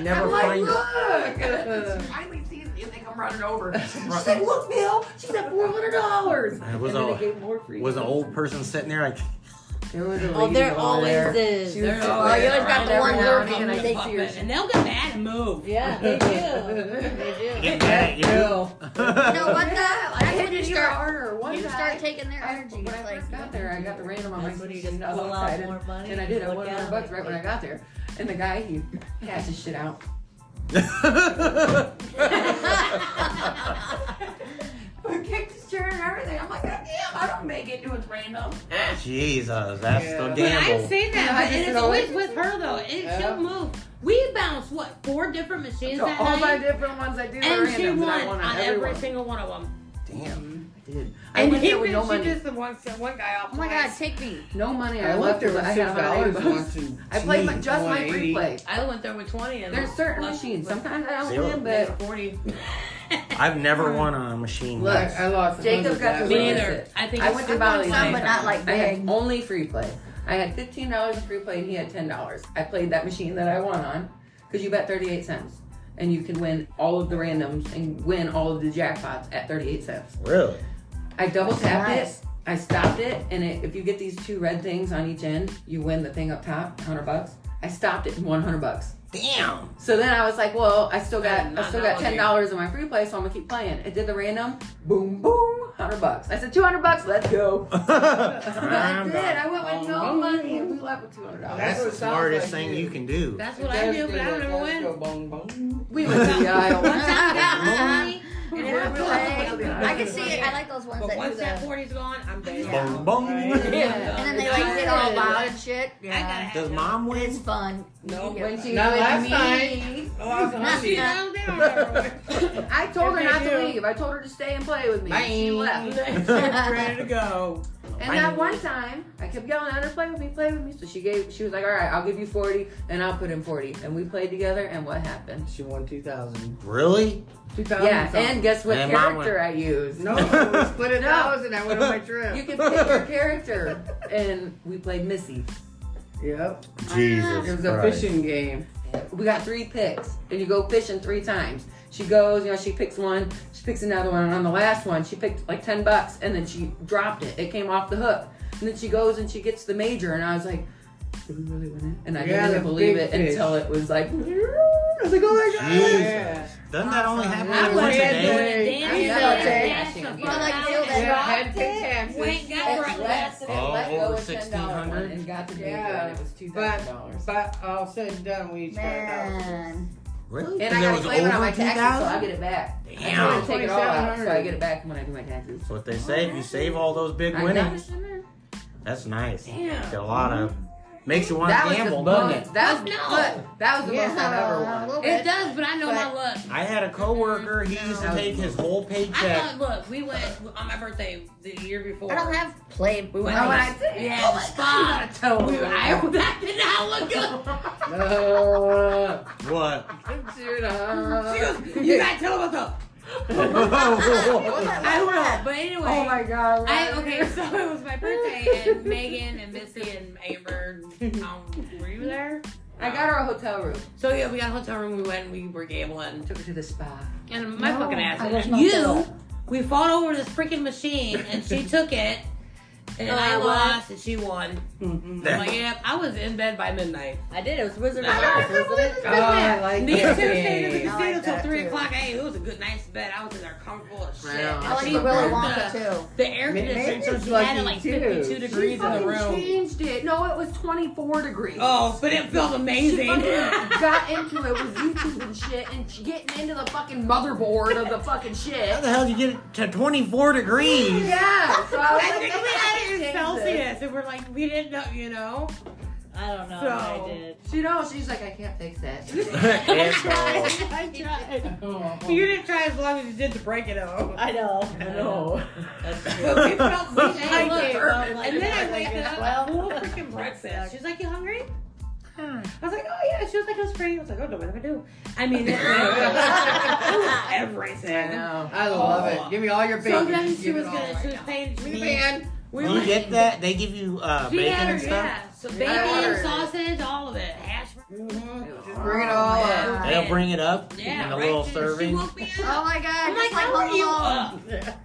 B: never
F: I'm like,
B: find her.
F: look. she finally sees me and they come running over. She's like, look, Bill, she's at four hundred dollars.
B: It was a was an old person sitting there like
H: Oh, there always is.
A: She was
H: There
A: so
H: always-
E: you always got the one
F: Every
E: girl and
F: now and
E: then
F: then
E: they see your shit.
C: And they'll get mad and move.
H: Yeah, they do.
B: get mad at you.
E: No, what the hell? I had to
F: you
E: start.
F: harder. One
E: You
F: guy-
E: start taking their
F: I-
E: energy.
F: When I
E: It's like,
F: first got there, I got the random on my
H: That's when you
F: just
H: just pull out more money
F: and I did.
H: and
F: I
H: look
F: won
H: down.
F: hundred bucks right when I got there, and the guy he cashed his shit out. I kicked his chair and everything. I'm like, God damn, I don't make it. It was random.
B: Jesus, that's the
A: Yeah.
C: But I've
B: gamble.
C: seen
A: Yeah, I
C: that, but
A: just
C: and it's
A: don't-
C: always with her though, and
A: Yeah.
C: she'll move. We bounced what four different machines
F: So
C: that
F: all my
C: night,
F: different ones I do are
C: and she
F: random.
C: won
F: I
C: on
F: won on
C: every
F: everyone.
C: single one of them.
B: Damn.
F: I did. I
C: And
F: went
C: he
F: there with
C: was
F: no
C: she
F: money.
C: just the one sent one guy off.
E: oh my god,
C: twice.
E: take me.
F: No money.
A: I
F: I
A: left
F: left
A: there
F: with.
A: with
F: I
A: six
F: had
A: dollars
F: $100.
A: once. and
F: I played my,
A: geez,
F: just my
A: 180.
F: free play.
C: I went there with twenty. And
F: There's certain
C: left
F: machines.
C: with
F: Sometimes I don't
B: Zero.
F: win, but
C: forty.
B: I've never won on a machine.
A: I,
F: Look.
A: I lost.
F: Jacob got the
A: $100.
C: Me
F: Where is
C: neither.
F: it?
C: I think
F: I
C: it's-
F: went to
E: I've
F: Valley
E: done
F: Lane.
E: some, but not like
F: I had
E: big.
F: only free play. I had fifteen dollars in free play, and he had ten dollars. I played that machine that I won on, because you bet thirty-eight cents, and you can win all of the randoms and win all of the jackpots at thirty-eight cents.
B: Really?
F: I double tapped
E: Nice.
F: it. I stopped it, and it, if you get these two red things on each end, you win the thing up top, hundred bucks. I stopped it, one hundred bucks.
B: Damn.
F: So then I was like, well, I still got
C: And
F: I still got ten
C: another.
F: dollars in my free play, so I'm gonna keep playing. It did the random, boom, boom, hundred bucks. I said two hundred bucks, let's go. I did. I went with no money, and we left with two hundred dollars.
B: That's the smartest thing you can do.
C: That's
A: It
C: what I
A: does
C: do, but I
A: that.
C: don't
A: It
C: ever
A: does
C: win.
A: go bong, bong.
F: We went to the aisle.
C: Once I got forty, and then I realized
E: I can see it. I like those ones
C: But
E: that do
C: once that
E: the.
C: forty's gone, I'm dead.
B: Bong bong.
E: And then they like get all loud and shit.
C: I gotta have
B: Does
C: them.
B: mom
E: It's
B: win?
E: fun.
C: No,
F: When she
A: Not
F: was
A: last
F: me,
A: night. Oh, I was
E: Not
A: hungry.
E: yet.
C: No, they don't ever win.
F: I told her
C: If
F: not
C: they
F: to
C: do.
F: leave. I told her to stay and play with me.
A: Bye.
F: She left.
C: ready to go.
F: And that one time, I kept yelling at her, "Play with me, play with me." So she gave. She was like, "All right, I'll give you forty, and I'll put in forty. And we played together. And what happened?
A: She won two thousand.
B: Really?
A: Two thousand.
F: Yeah, and guess what
B: And mine
F: character I used?
A: no, we split a
F: No.
A: thousand. I went on my
F: You
A: trip.
F: can pick your character, and we played Missy.
A: Yep,
B: Jesus.
A: it was a fishing game.
F: we got three picks, and you go fishing three times. She goes, you know, she picks one, she picks another one, and on the last one, she picked like 10 bucks, and then she dropped it. It came off the hook. And then she goes and she gets the major, and I was like, did we really win it? And I
A: Yeah,
F: didn't
A: the
F: believe
A: big
F: it
A: fish.
F: until it was like, I was like, oh my god.
B: Jesus. Doesn't that only happen once a day?
E: We ain't got
F: It
E: right
F: let-
E: left.
F: it
B: Oh,
F: let go
B: over
F: of $10
B: $1,600?
F: And got the major,
A: Yeah.
F: and it was two
A: But-
F: thousand dollars.
A: But all said and done, we each got out.
E: Man.
B: Really?
F: And I
B: there
F: got to
B: was
F: claim it on
B: over
F: my taxes, so I
B: 2,000?
F: get it back. I
B: Damn.
F: just wanna take it all out, so I get it back when I do my taxes.
B: That's what they say. If you save all those big
F: I
B: winnings,
F: know.
B: that's nice.
C: Damn.
B: Get a lot of. Makes you want
F: That
B: to
F: was the
B: gamble, doesn't it?
F: most. That was
H: Oh, No.
F: but that was the most I've ever
E: Yeah, a
F: won.
E: little
H: It
E: bit.
H: does, but I know my luck.
B: I had a coworker. He used to
F: No.
B: take his whole
C: I
B: paycheck.
C: thought, look, we went on my birthday the year before.
E: I don't have play.
C: We went
F: Oh,
C: on
F: when
C: a-
F: I did?
C: Yeah,
F: Oh
C: the
F: my
C: spa.
F: God,
C: We,
F: I
C: I,
F: told you.
C: that did not look good.
F: No.
A: Uh,
B: What?
F: Shoot up.
C: She goes, you gotta tell about the.
H: I will, but anyway.
F: Oh my god.
H: I,
F: Ryan.
H: okay, so it was my birthday, and Megan and Missy and Amber. Um, were you there?
F: I got her a hotel room.
C: So yeah, we got a hotel room. We went. We were gambling.
F: Took her to the spa.
H: And my fucking ass.
E: I was not
C: You, we fought over this freaking machine, and she took it, and
H: Oh,
C: I
H: I won.
C: lost, and she won. I'm like, yep, I was in bed by midnight.
H: I did. It was Wizard of
C: I
H: Oz,
C: don't
H: wasn't it?
A: Oh, I like
C: And these two stayed in the
A: that.
E: I
C: casino
E: like
C: till
E: that,
C: three
E: too.
C: o'clock a.m. It was a good night's bed. I was in there comfortable as shit.
F: Wow.
E: I like
C: She
E: Willy
C: broke
E: Wonka
C: the-
E: too.
C: The air
A: Maybe
C: conditioning, so
A: it's
C: she had it
A: lucky,
C: like
A: too.
C: 52 degrees in the
F: fucking
C: room.
F: changed it. No, it was 24 degrees.
C: Oh, but it felt amazing.
F: Fucking got into it with YouTube and shit and she getting into the fucking motherboard of the fucking shit.
B: How the hell did you get it to 24 degrees?
F: Yeah. So I was
C: I
F: like,
C: think we had it in Celsius, and we're like, we didn't know, you know.
G: I don't know
C: So-
G: what I did.
F: She knows. She's like, I can't fix that.
B: Asshole.
G: I tried.
C: You didn't try as long as you did to break it up.
G: I know. I
F: No.
G: That's true.
C: But we felt we
G: Hey,
C: liked
G: look,
C: it.
G: I'm like,
C: And then I
G: like,
C: wake up,
G: well,
C: full of freaking breakfast. She's like, "You hungry?" I was like, "Oh yeah." She was like, "I was pretty." I was like, "Oh no, what am I do?" I mean, it was everything.
F: know.
A: I love it. Give me all your bacon.
C: So then she
A: Give it
C: was
A: all
C: gonna,
A: right
C: she was paying
A: now.
C: me.
A: Man.
C: We
B: You
C: were,
B: get that? They give you uh,
H: She
B: bacon
H: had her,
B: and stuff?
H: yeah. So
F: Yeah.
H: bacon, sausage, all of it. Hash brown.
A: Mhm. Just bring it
C: Oh,
A: all up.
E: Yeah.
B: They'll bring it up
H: Yeah,
B: in the
H: right
B: little
H: there.
B: serving.
H: She woke me up.
E: Oh my god,
H: I'm
E: just
H: like,
E: like
H: how are
E: Home
H: you
E: Alone.
H: up?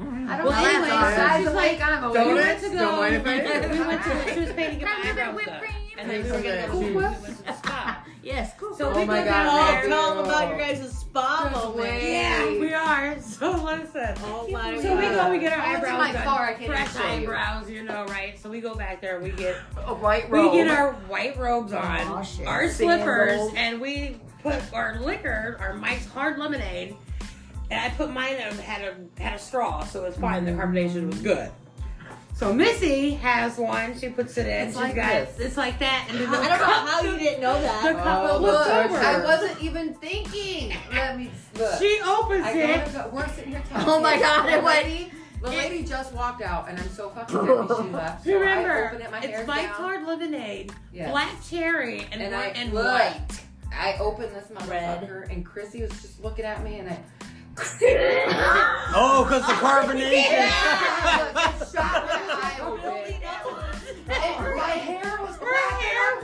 H: Uh-huh.
F: I don't
H: Well,
F: know.
H: anyway,
F: That's
H: so
F: all.
H: she's like,
F: I'm a
A: Don't
F: woman.
A: it?
C: went to go.
A: Don't mind if I do.
C: we went to. She was paying to get my
E: Grab your
C: eyebrows
E: whipped
C: done.
E: cream.
C: And then we were gonna.
A: Cool
C: we went
A: whip.
C: to the spa.
H: Yes, cool.
C: So
F: Oh
C: we
F: my
C: go
F: God,
C: down
F: Mary.
C: there.
G: Oh, tell them about your guys' spa
F: There's
G: moment.
F: way-
C: Yeah, we are. So listen.
G: Oh my
C: So we go, we get our
F: I went to
C: eyebrows
F: my
C: done.
F: car, I can't
C: Fresh
F: even tell you.
C: eyebrows, you know, right? So we go back there, we get
F: a white
C: we
F: robe. Oh,
C: get our white robes on,
E: Aw, shit.
C: our
F: Sandals.
C: slippers, and we put our liquor, our Mike's hard lemonade, and I put mine and had a had a straw, so it's fine. The carbonation was good. So Missy has one. She puts it in.
F: It's
C: She's
F: like
C: got
F: this.
C: it's like that, and then the
G: I don't know how you didn't know
C: the
G: that.
C: cup
F: Oh,
C: looks
F: look,
C: over.
F: I wasn't even thinking. Let me look.
C: she opens
F: I
C: it.
F: gotta go. We're sitting here talking.
E: Oh my god,
F: The
E: it was.
F: lady, the lady just walked out, and I'm so fucking happy she left. So I
C: Remember,
F: opened it, my hair's
C: it's Mike's
F: down.
C: hard lemonade,
F: Yes.
C: black cherry, and,
F: And
C: whi-
F: I
C: and
F: looked.
C: white.
F: I opened this
G: Red.
F: motherfucker, and Chrissy was just looking at me, and I.
B: Oh, because the carbonation.
F: I just shot my eye open. And my hair was
C: Her hair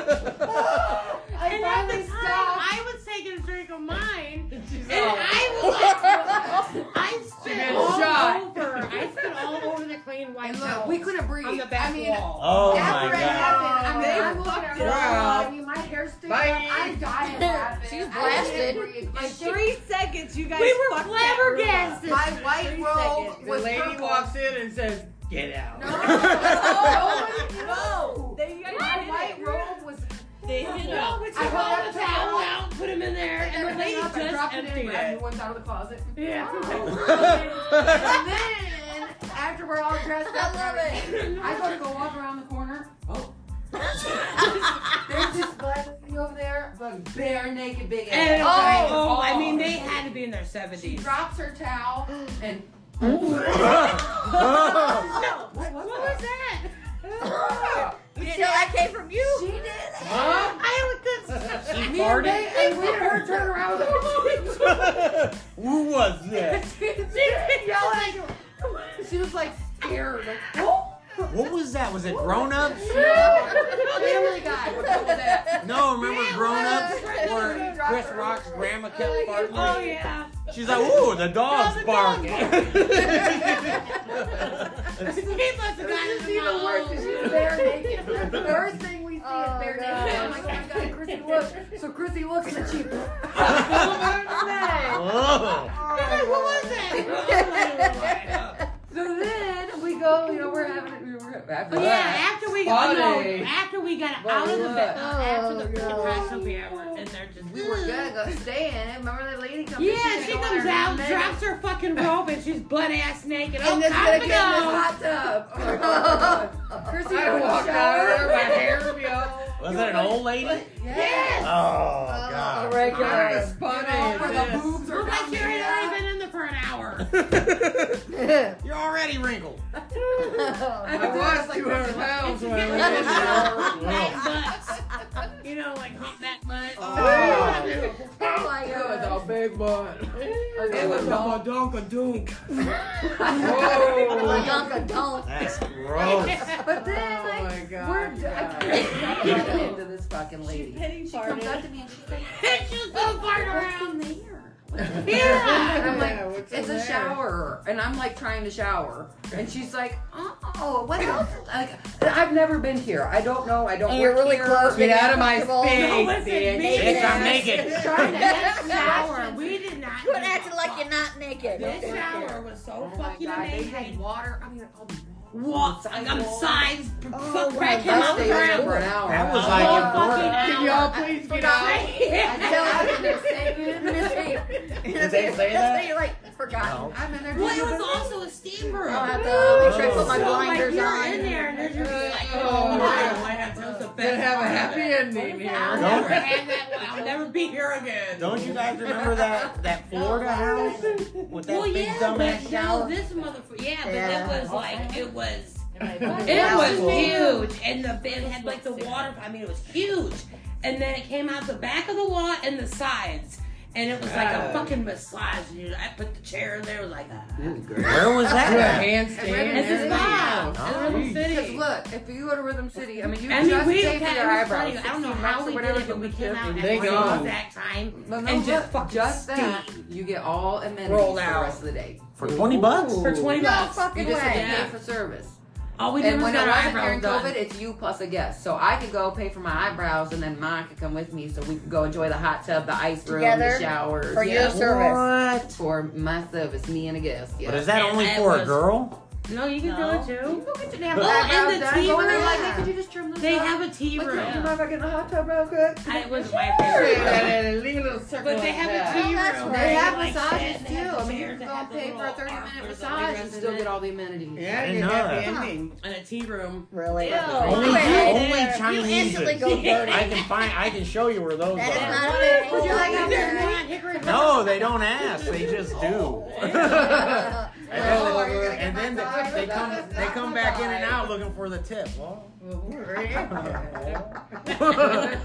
C: was
F: I
C: and at
F: finally
C: the time,
F: stopped.
C: I was taking a drink of mine, and
F: She's all-
C: I was like, I spit
F: got
C: all
F: shot.
C: over. I spit all over the clean white
F: And
C: towel
F: look, we couldn't breathe.
C: on the back
F: I mean,
C: wall.
B: oh
F: after
B: my
F: it
B: god.
F: happened, I
A: They
F: mean, I'm looking at
A: it up.
F: I mean, my hair's sticking
A: Bye.
F: up. I'm dying laughing.
E: She's
F: I
E: blasted.
F: can't breathe. My
G: In
F: shit-
G: three seconds, you guys
C: we were
G: fucked that room up.
C: flabbergasted.
F: My white robe
A: The
F: was
A: lady
F: purple.
A: walks in and says, "Get out."
F: No, no,
C: Oh,
F: no, Oh, no,
G: No, they, you guys
F: My
G: did it.
F: white robe was.
G: They hit up.
C: but
F: I
C: you
F: hung
C: rolled the
F: that towel
C: towel out, put him in there, and the
F: everything
C: lady
F: up, I
C: just
F: dropped it in.
C: emptied
F: my new
C: it.
F: one's out of the closet.
B: Oh,
F: And then after we're all dressed
E: I
F: up,
E: love it.
F: I go to go walk around the corner. There's this black lady over there, but bare naked, big
C: And
F: ass.
C: oh, oh, I mean, they had to be in their
F: She
C: seventies.
F: drops her towel and what was
C: What was that?
F: that?
E: You know that came from you.
F: She did it.
C: I was
B: she
F: Me and
B: farted.
F: Bay, and we heard her turn around.
B: Who was that?
F: she was yelling. She was like scared. Like, oh.
B: What was that? Was it grown ups?
F: Family Guy. What was that?
B: No, remember grown ups where
D: Dropped
B: Chris
D: her.
B: Rock's grandma kept farting.
C: Oh yeah.
B: She's like, ooh, the dog's barking.
C: He must have gotten
F: It's even worse because she's bare naked. That's the worst thing we see
D: Oh,
F: is bare
D: no.
F: naked. I'm like, oh my god, Chrissy looks. So Chrissy looks and she.
B: oh.
C: Oh,
F: So then we go, you know, we're having, we were having.
C: But Oh, yeah, after we got
A: Funny.
C: no, after we got out of the
F: Funny.
C: bed,
F: Oh,
H: after the
D: God.
H: depression we had, we're in there just.
F: We were gonna go stay in it. Remember that lady comes in,
C: yeah,
F: she's "Oh,
C: she
F: gonna go in
C: comes
F: there
C: out,
F: naked.
C: drops her fucking robe, and she's butt ass naked. Oh,
F: And this
C: time
F: gonna get
C: to
F: in this
C: go.
F: hot tub. Oh my god. Chrissy,
A: I
F: you
A: walked out of there, my hair would be all.
B: Was that an old lady? Oh,
F: Yes.
C: Oh,
B: God.
A: I was
F: Regular.
A: spotted.
F: Where the boobs are
H: Look like
F: down
H: you're
F: here.
H: already been in there for an hour.
B: You're already wrinkled.
A: I was 200 pounds when I went in the
H: Hump
A: shower.
H: that butt. You know, like hump that butt.
A: Oh.
F: Oh my
A: That was
F: god.
A: a big butt. It was a badonka dunk.
D: Like,
A: Oh Whoa.
D: Uncle, don't.
B: That's gross.
F: But then,
A: Oh
F: like,
A: my God,
F: we're. I can't stop running into this fucking lady.
G: Pity
F: She comes
G: farted.
F: up to me and she's like,
H: It's just so far around.
F: yeah. And I'm like,
A: Yeah, what's in
F: it's a
A: there?
F: shower. And I'm like trying to shower. And she's like, oh, what else? is-" Like, I've never been here. I don't know. I don't
D: And
F: work
D: you're really
F: here.
D: close.
A: Get out of my
D: Comfortable.
A: space,
C: listen,
A: bitch.
C: me
B: Bitch, I'm
A: Yeah.
B: naked.
F: Trying to
D: That's
C: Shower. We did not.
D: Quit
C: give a
D: acting like
C: fuck.
D: you're not naked.
C: This shower was so
F: Oh my
C: fucking
F: God, They had
C: amazing.
F: water. I mean, oh,
C: Walk, like I'm size,
D: Oh,
C: fuck crack him
F: I
C: out the
F: stayed there for
C: ground.
F: an hour.
B: That was
F: Oh,
B: like
F: I
B: in
C: fucking
B: Florida.
A: Can y'all please get out?
F: I felt like I was mistaken.
D: Did
B: they say that?
D: You're like, forgotten.
B: No.
F: I'm in there.
C: Well, it was also a steam room.
D: I'll have to make sure I put my
B: So,
C: Oh, like,
D: blinders
C: you're
D: on.
C: in there and there's your like,
A: Oh,
C: oh,
A: yeah.
C: my God, that was
A: Did
C: the
A: it
C: best
A: have a
C: part of
A: happy
C: it.
A: ending
C: I'll
A: here?
B: No.
C: never have that one. I'll never be here again.
B: Don't you guys remember that, that Florida house with that
C: well,
B: big
C: yeah,
B: dumbass
C: but no,
B: shower?
C: this motherfucker. Yeah, but
D: Yeah.
C: that was like it was. It
D: Yeah.
C: was
D: Cool.
C: huge, and the bed had like the water. I mean, it was huge, and then it came out the back of the wall and the sides, and it was like a
A: God.
C: fucking massage. You know, I put the chair in there, it was like ah.
B: Where was
A: Do a
B: that?
A: handstand.
C: It's a
A: and
C: spa.
B: Oh,
C: in Rhythm
A: geez.
F: Because
C: City.
F: look, if you go to Rhythm City, I mean, you
C: I
F: just
C: mean, we
F: pay
C: had,
F: for
C: it
F: their
C: was
F: eyebrows.
C: funny. I don't know
F: 16
C: how
F: bucks or
C: we did
F: whatever,
C: it, but we
F: you
C: came
F: tip.
C: out at
A: They
C: the
A: gone.
C: exact time
F: No, no,
C: and just
F: look,
C: fucking
F: just
C: steam.
F: that you get all amenities
C: Roll
F: for the
C: out.
F: rest of the day.
B: For 20 bucks?
C: for twenty
D: No
C: bucks.
F: You
D: fucking
F: just
D: way.
F: have to
C: Yeah.
F: pay for service.
C: All we did
F: And
C: was
F: when
C: got
F: it
C: our
F: wasn't during
C: eyebrows
F: COVID,
C: done.
F: it's you plus a guest. So I could go pay for my eyebrows, and then mom could come with me, so we could go enjoy the hot tub, the ice room,
D: Together?
F: the showers.
D: For
F: yeah.
D: your service.
B: What?
F: For my service, me and a guest. Yeah.
B: But is that
C: And
B: only
C: that
B: for a
C: was-
B: girl?
C: No, you can do it too.
F: Go get your damn
B: Well,
F: eyebrows
C: and the
F: done. Go in there
C: tea
F: like,
D: room.
F: hey, could you just trim this
C: They
F: up?
C: have a tea
F: Like,
C: room.
F: Do you mind if I get in the hot tub real quick?
C: I- It was my
A: Say
C: favorite.
A: that and leave a little circle
C: But they
A: like
C: have a
A: that.
C: tea room.
D: that's right.
F: They have
C: Like
F: massages
C: that, they
F: too.
C: have the
F: I mean, you
C: chairs,
F: can
C: they
F: go
C: have the
F: pay for a
C: little
F: 30
C: arm
F: minute
C: with a
F: massage and
C: rest
F: still
C: in
F: get
C: it.
F: all the amenities.
A: Yeah,
B: I
A: you
B: didn't know
A: happy
B: that.
A: ending.
C: And a tea room.
D: Really?
B: Only,
D: Right
B: only
D: there. You
B: Chinese.
D: instantly go dirty.
B: I can find. I can show you where those
D: That is
B: are.
D: not a bad
F: Would you like
C: They're
F: a beer?
C: not Hickory
B: No, they don't ask. They just do.
D: Uh,
B: And
A: Oh, are you
B: then,
A: gonna
B: and
F: get
B: then
F: my
B: they- they
F: dog?
B: come
F: That's
B: they
F: not
B: come
F: my
B: back in and
F: dog.
B: out looking for the tip. Well,
D: Not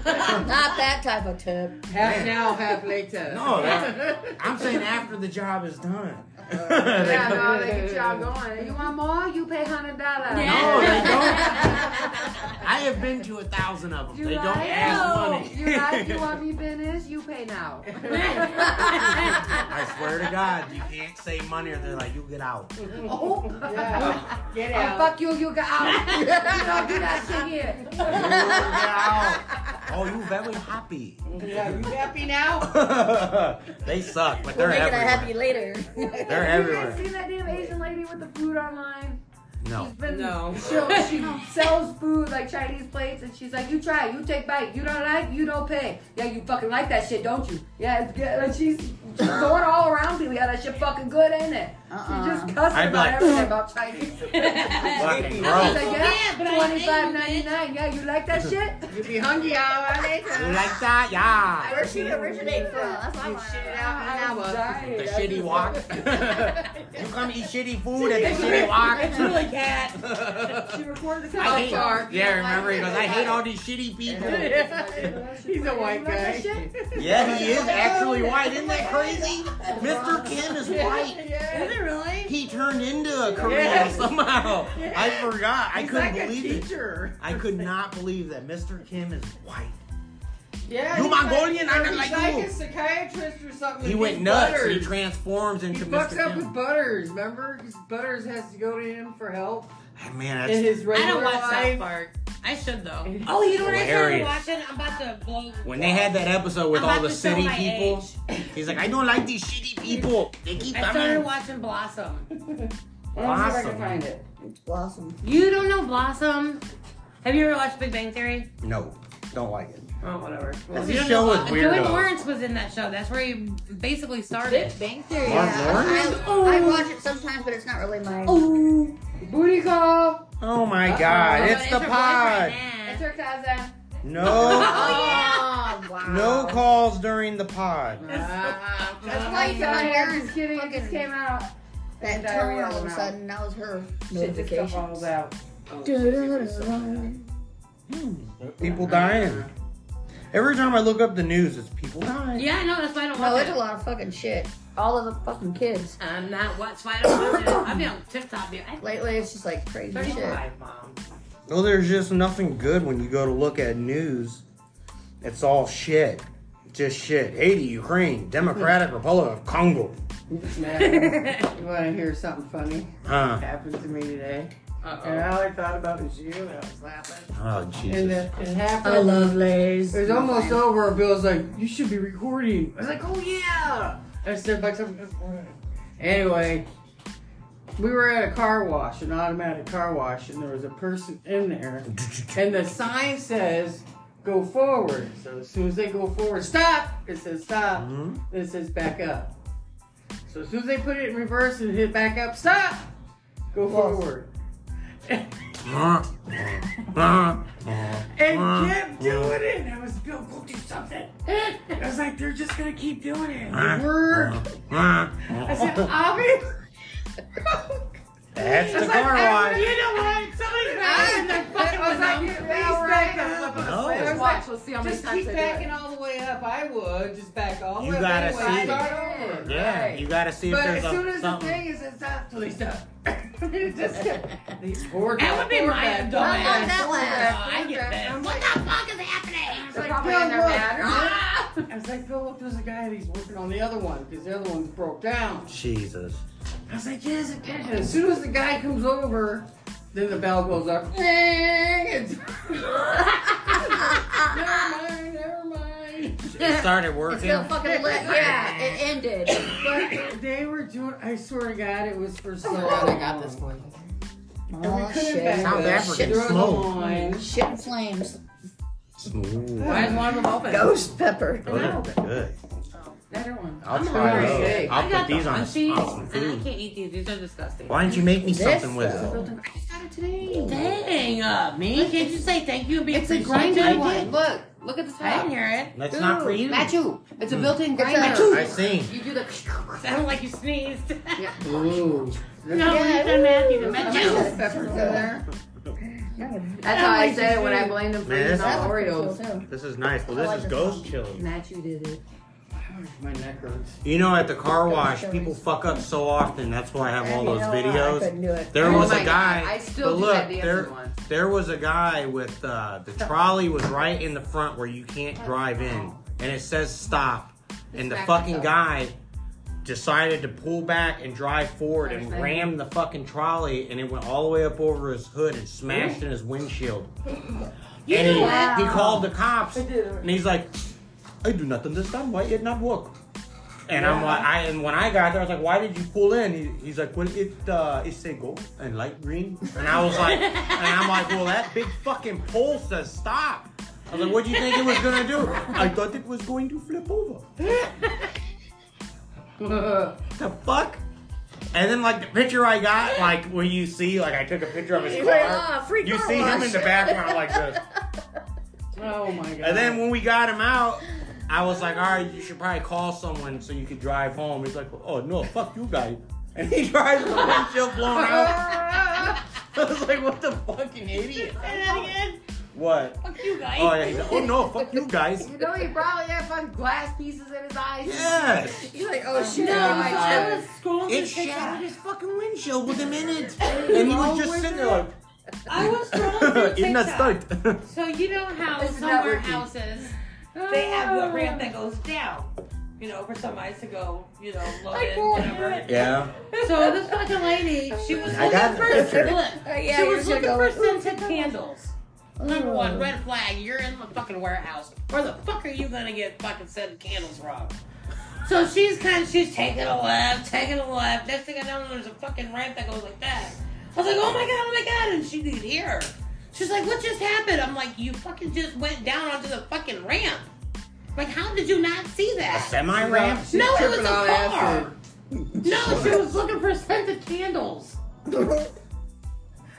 D: that type of tip.
A: Half now, half later.
B: no, that- I'm saying after the job is done. They
F: Yeah,
B: come-
F: no, they get y'all going. You want more? You pay hundred dollars.
B: No, they don't. I have been to a thousand of them.
F: You
B: They don't
F: like?
B: ask money.
F: You like? You want me business? You pay now.
B: I swear to God, you can't say money or they're like, you get out.
F: oh,
A: Yeah. Get
F: oh,
A: out.
F: fuck you! You got out. you don't do that shit here.
B: You get out. Oh, you very happy.
A: Yeah, you happy now?
B: they suck, but
D: We're
B: they're
D: making it happy later.
B: everywhere. They're
F: You guys
B: everywhere.
F: seen that damn Asian lady with the food online?
B: No.
F: She's been
A: No.
F: She'll, she sells food like Chinese plates, and she's like, "You try, it, you take bite, you don't like, you don't pay. Yeah, you fucking like that shit, don't you? Yeah, it's good." And she's, she's going all around people. Yeah, that shit fucking good, ain't it?
D: Uh-uh.
E: Uh-huh.
F: She just cussing
B: I'd be
F: about
B: like,
F: everything about Chinese. She's
B: Fucking
F: like,
B: gross.
F: "Yeah,
C: Yeah, but I
F: twenty five ninety
C: hate
F: nine. Yeah, you like that shit?
A: You be hungry all
B: You
A: later.
B: like that? Yeah.
D: Where'd she originate from? That's what I want
A: Shit
D: to know.
A: out in an
F: I'm
A: hour.
F: dying.
B: The
F: That's
B: shitty
F: just-
B: walk. you come eat shitty food at the shitty
C: It's
B: walk.
C: really cat.
F: She recorded the
B: I
F: South
B: hate,
F: Park.
B: yeah, remember he goes, I hate all these shitty people.
A: He's a white guy.
B: Yeah, he is actually white. Isn't that crazy? Mr. Kim is white.
C: Is it really?
B: He turned into a Korean
C: Yes.
B: somehow. I
C: Yes.
B: forgot. I couldn't believe it.
C: teacher.
B: I could not believe that Mr. Kim is white.
A: Yeah,
B: You
A: he's
B: Mongolian? I
A: Like,
B: not
A: he's
B: like
A: like
B: you.
A: a psychiatrist or something.
B: He
A: and
B: went
A: he's
B: nuts.
A: Butters.
B: He transforms
A: He
B: into
A: fucks
B: Mr.
A: up with
B: Kim.
A: Butters, remember? Because Butters has to go to him for help
B: Ah, Man,
A: in
B: that's
A: his
H: I
A: regular
H: don't watch South
A: life.
H: Park. I should though.
C: Oh, you know what
B: Hilarious.
C: I started watching? I'm about to blow.
B: when they had that episode with
H: I'm
B: all
H: about
B: the
H: to show
B: city
H: my
B: people. He's like, I don't like these shitty people. They keep
C: I started
B: coming.
C: watching Blossom.
F: I'll see if I can
B: Awesome.
F: find it.
D: Blossom.
C: You don't know Blossom? Have you ever watched Big Bang Theory?
B: No, don't like it.
C: Oh, whatever.
B: This show is
C: Joey
B: weird.
C: Lawrence was in that show. That's where he basically started.
E: Bang Theory.
B: Mark
E: Yeah.
D: Oh.
E: I, I, I watch it sometimes, but it's not really my.
C: Oh,
F: Booty call.
B: Oh my
F: Uh-oh.
B: god,
F: Oh,
B: it's the pod.
F: It's her cousin.
B: No,
E: Oh, wow.
B: no calls during the pod.
A: Ah,
E: That's
F: Oh,
E: why you got
F: I'm
E: Aaron's
F: just kidding. It
E: fucking-
F: just came out.
D: That
F: Diarrhea
D: tone all of a
F: went out.
D: sudden, that was her
F: Shit just got balls
D: notification.
F: out.
B: People dying. Every time I look up the news, it's people dying.
C: Yeah, I know. That's why I don't
D: No,
C: watch
D: it's
C: it.
D: a lot of fucking shit. All of the fucking kids.
C: I'm not what so I don't watch it. I've been on TikTok. dude. I'm
D: Lately, it's just like crazy shit.
C: 35, mom.
B: Well, there's just nothing good when you go to look at news. It's all shit. Just shit. Haiti, Ukraine, Democratic Republic of Congo.
A: Man, you want to hear something funny?
B: Huh.
A: Happened to me today. And
C: Uh
A: all I thought about was you, and I was laughing.
B: Oh,
A: And
B: Jesus.
A: it, it happened.
D: I love Lay's.
A: It was almost over. Bill's like, "You should be recording." I was like, "Oh yeah." I said, "Like something." Anyway, we were at a car wash, an automatic car wash, and there was a person in there, and the sign says, "Go forward." So as soon as they go forward, stop. It says stop.
B: Mhm.
A: Then it says back up. So as soon as they put it in reverse and hit back up, stop. Go forward.
B: Uh, uh, uh,
A: and
B: uh,
A: kept doing it. And I was, Bill, go do something. I was like, they're just gonna keep doing it. And they were.
B: uh, uh.
A: I said, obviously.
B: That's the
A: It's like,
B: car
A: I-
B: wash.
A: You know what? Somebody's back in the fucking
F: I was like,
A: banana.
F: you're
A: Please
F: right.
A: back up.
B: No.
A: I was like,
F: Watch, we'll see how many
A: just
F: times
A: keep
F: I do
A: backing
F: it.
A: all the way up. I would just back all the
B: You
A: way
B: gotta
A: up.
B: see
A: anyway.
B: it.
A: Start over.
B: Yeah, you gotta see if
A: But
B: there's
A: as soon
B: a,
A: as the
B: something.
A: thing is, it's not. Please stop. It just kept- These poor
C: That would be
A: poor
C: my
A: guys.
C: adult.
A: Poor
C: I love
A: guys,
D: that
A: poor
D: one.
A: guys,
C: Oh, I
A: poor
C: get
A: guys.
C: that.
A: I'm
C: What
A: like,
C: the fuck is happening?
F: They're
A: like,
F: probably
A: Bill,
F: in their
A: look. Ah!
F: bed.
A: I was like, Phil, look, there's a guy and he's working on the other one because the other one's broke down.
B: Jesus.
A: I was like, yes, it is. As soon as the guy comes over, then the bell goes up. It's- never mind, never mind.
B: It started
D: It's
B: working.
D: still fucking lit. Yeah, it ended.
A: But they were doing, I swear to God, it was for so long. I got this one.
D: Oh, shit.
B: South African
A: Through the
B: smoke.
A: line.
D: Shit and flames.
B: Smooth.
F: I just wanted them open.
D: Ghost pepper.
B: Good, good.
F: Better one.
B: I'll try
F: hungry.
B: those.
F: I
B: I'll put these on, on
C: munchies,
B: some
C: and I
B: food.
C: can't eat these. These are disgusting.
B: Why don't you make me
D: This,
B: something with it?
D: though.
C: Dang, uh, me? Can't you say thank you and be
F: It's a
C: appreciative?
F: grinder one. Look, look at the
C: I didn't
F: top.
C: hear it.
B: That's not for you.
F: Not you. It's a
B: Hmm.
F: built-in
D: a-
F: grinder.
B: I seen.
F: You do the.
C: Sounded like you sneezed.
A: Ooh.
C: no,
D: Yeah,
C: you said Matthew. The Matthew.
A: Got Peppers in there.
F: That's how I said it when I blamed them for
B: Man,
F: eating
B: that's-
F: all Oreos.
B: This is nice. Well,
D: I
B: this
D: like
B: is
D: this
B: ghost
D: one.
B: chili.
F: Matt, you did it.
A: My neck hurts.
B: You know, at the car wash,
D: chilies.
B: people fuck up so often. That's why I have all
D: You
B: those
D: know, I
B: videos.
D: couldn't do it.
B: There
F: Oh
B: was
F: my
B: a
F: God,
B: guy.
F: I still
B: but
F: do
B: look,
F: that dancing
B: there,
F: one.
B: there was a guy with uh, the trolley was right in the front where you can't drive in, and it says stop, and the
F: Smack
B: fucking
F: myself.
B: guy decided to pull back and drive forward and
F: Perfect.
B: rammed the fucking trolley, and it went all the way up over his hood and smashed in his windshield. and he, he called the cops, and he's like, "I do not understand why it not work." And I'm like, I and when I got there, I was like, "Why did you pull in?" He, he's like, "Well, it uh, it say go and light green," and I was like, and I'm like, "Well, that big fucking pole says stop." I was like, "What do you think it was gonna do?" I thought it was going to flip over.
A: Oh
B: the fuck? And then like the picture I got, like where you see, like I took a picture of his car.
D: "Ah, free
B: you
D: car
B: see him
D: wash."
B: in the background like this.
A: Oh my god.
B: And then when we got him out, I was like, all right, you should probably call someone so you could drive home. He's like, oh no, fuck you guys. And he drives the windshield blown out. I was like, what the fucking idiot. What?
C: Fuck you guys.
B: Oh, yeah. he's like, oh no, fuck you guys.
F: You know, he probably had fucking glass pieces in his eyes.
B: Yes.
F: You're like, oh shit.
I: No,
F: oh, my God.
I: I was scrolling through
B: It's
I: TikTok.
B: shattered his fucking windshield with Oh, him in it. And he was just sitting there like,
I: I was scrolling through
B: it's not
I: TikTok.
B: start.
C: So you know how Oh.
F: This is
C: some
F: not working.
C: warehouses they have a ramp that goes down, you know, for some ice to go, you know, loaded, whatever.
B: yeah.
C: So this fucking lady, she was
B: I
C: looking
B: got
C: for
B: the picture.
C: look,
E: Uh, yeah,
C: she
E: you're
C: was
E: gonna
C: looking
E: go
C: for
E: with, Oh. ooh,
C: scented candles. Number
E: ooh.
C: one, red flag. You're in the fucking warehouse. Where the fuck are you gonna get fucking scented candles from? So she's kind of she's taking a left, taking a left. Next thing I know, there's a fucking ramp that goes like that. I was like, oh my god, oh my god, and she could hear. her. She's like, what just happened? I'm like, you fucking just went down onto the fucking ramp. Like, how did you not see that?
B: Semi ramp.
A: She's
C: No, it was a
A: tripping on
C: car.
A: acid.
C: No, she was looking for scented candles.
A: I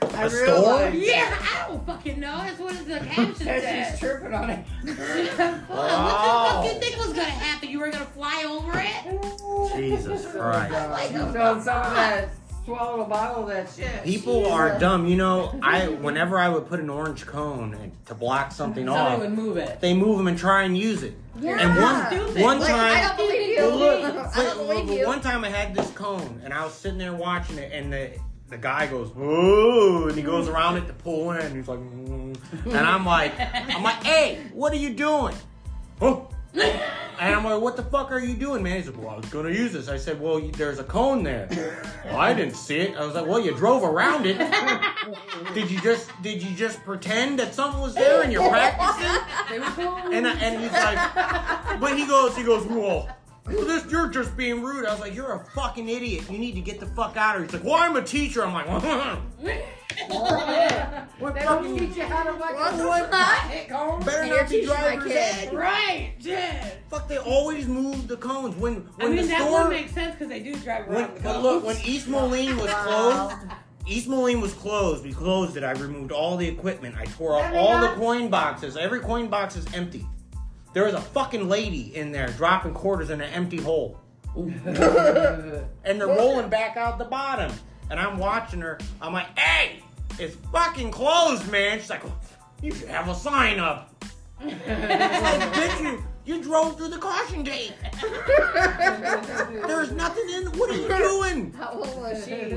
B: A store?
A: realized
C: Yeah, I don't fucking know. That's what the caption
A: that
C: said.
A: she's tripping on it.
B: Wow. Oh,
C: What
G: Oh.
C: the fuck you think was gonna happen? You were gonna fly over it?
B: Jesus Christ.
E: oh,
A: So some of that swallowed a bottle of that shit.
B: People are dumb. You know, I whenever I would put an orange cone and- to block something
I: Somebody
B: off,
I: would move it.
B: they move them and try and use it.
E: Yeah.
B: And
E: Stupid.
B: one one
E: Like, I
B: time,
E: don't believe you.
B: Well, look,
E: I don't
B: wait,
E: believe
B: well,
E: you.
B: One time I had this cone and I was sitting there watching it, and the the guy goes, "Ooh," and he goes around it to pull in. He's like, "Mm." and I'm like, I'm like, "Hey, what are you doing?" Oh. And I'm like, what the fuck are you doing, man? He's like, well, I was gonna use this. I said, well, you- there's a cone there. well, I didn't see it. I was like, well, you drove around it. did you just did you just pretend that something was there and you're practicing? And I, and he's like, but he goes, he goes, well, well, this you're just being rude. I was like, you're a fucking idiot. You need to get the fuck out of here. He's like, well, I'm a teacher. I'm like,
F: They don't teach you how to
E: What
F: fucking
E: the
F: wood
E: fuck?
F: it cone.
B: better
E: You're
B: not be
E: teaching my
B: drivers.
E: kid.
C: Right, yeah.
B: Fuck, they always move the cones when
C: I
B: when
C: mean
B: the
C: that
B: store.
C: one makes sense because they do drive
B: When,
C: around. the
B: but
C: coast.
B: look, when East Moline was closed, East Moline was closed. We closed it. I removed all the equipment. I tore off all the coin boxes. Every coin box is empty. There was a fucking lady in there dropping quarters in an empty hole. and they're rolling back out the bottom. And I'm watching her. I'm like, hey, it's fucking closed, man. She's like, you should have a sign up. It's like, bitch, you, you drove through the caution gate. There's nothing in. What are you doing?
F: Oh,
E: How old was she?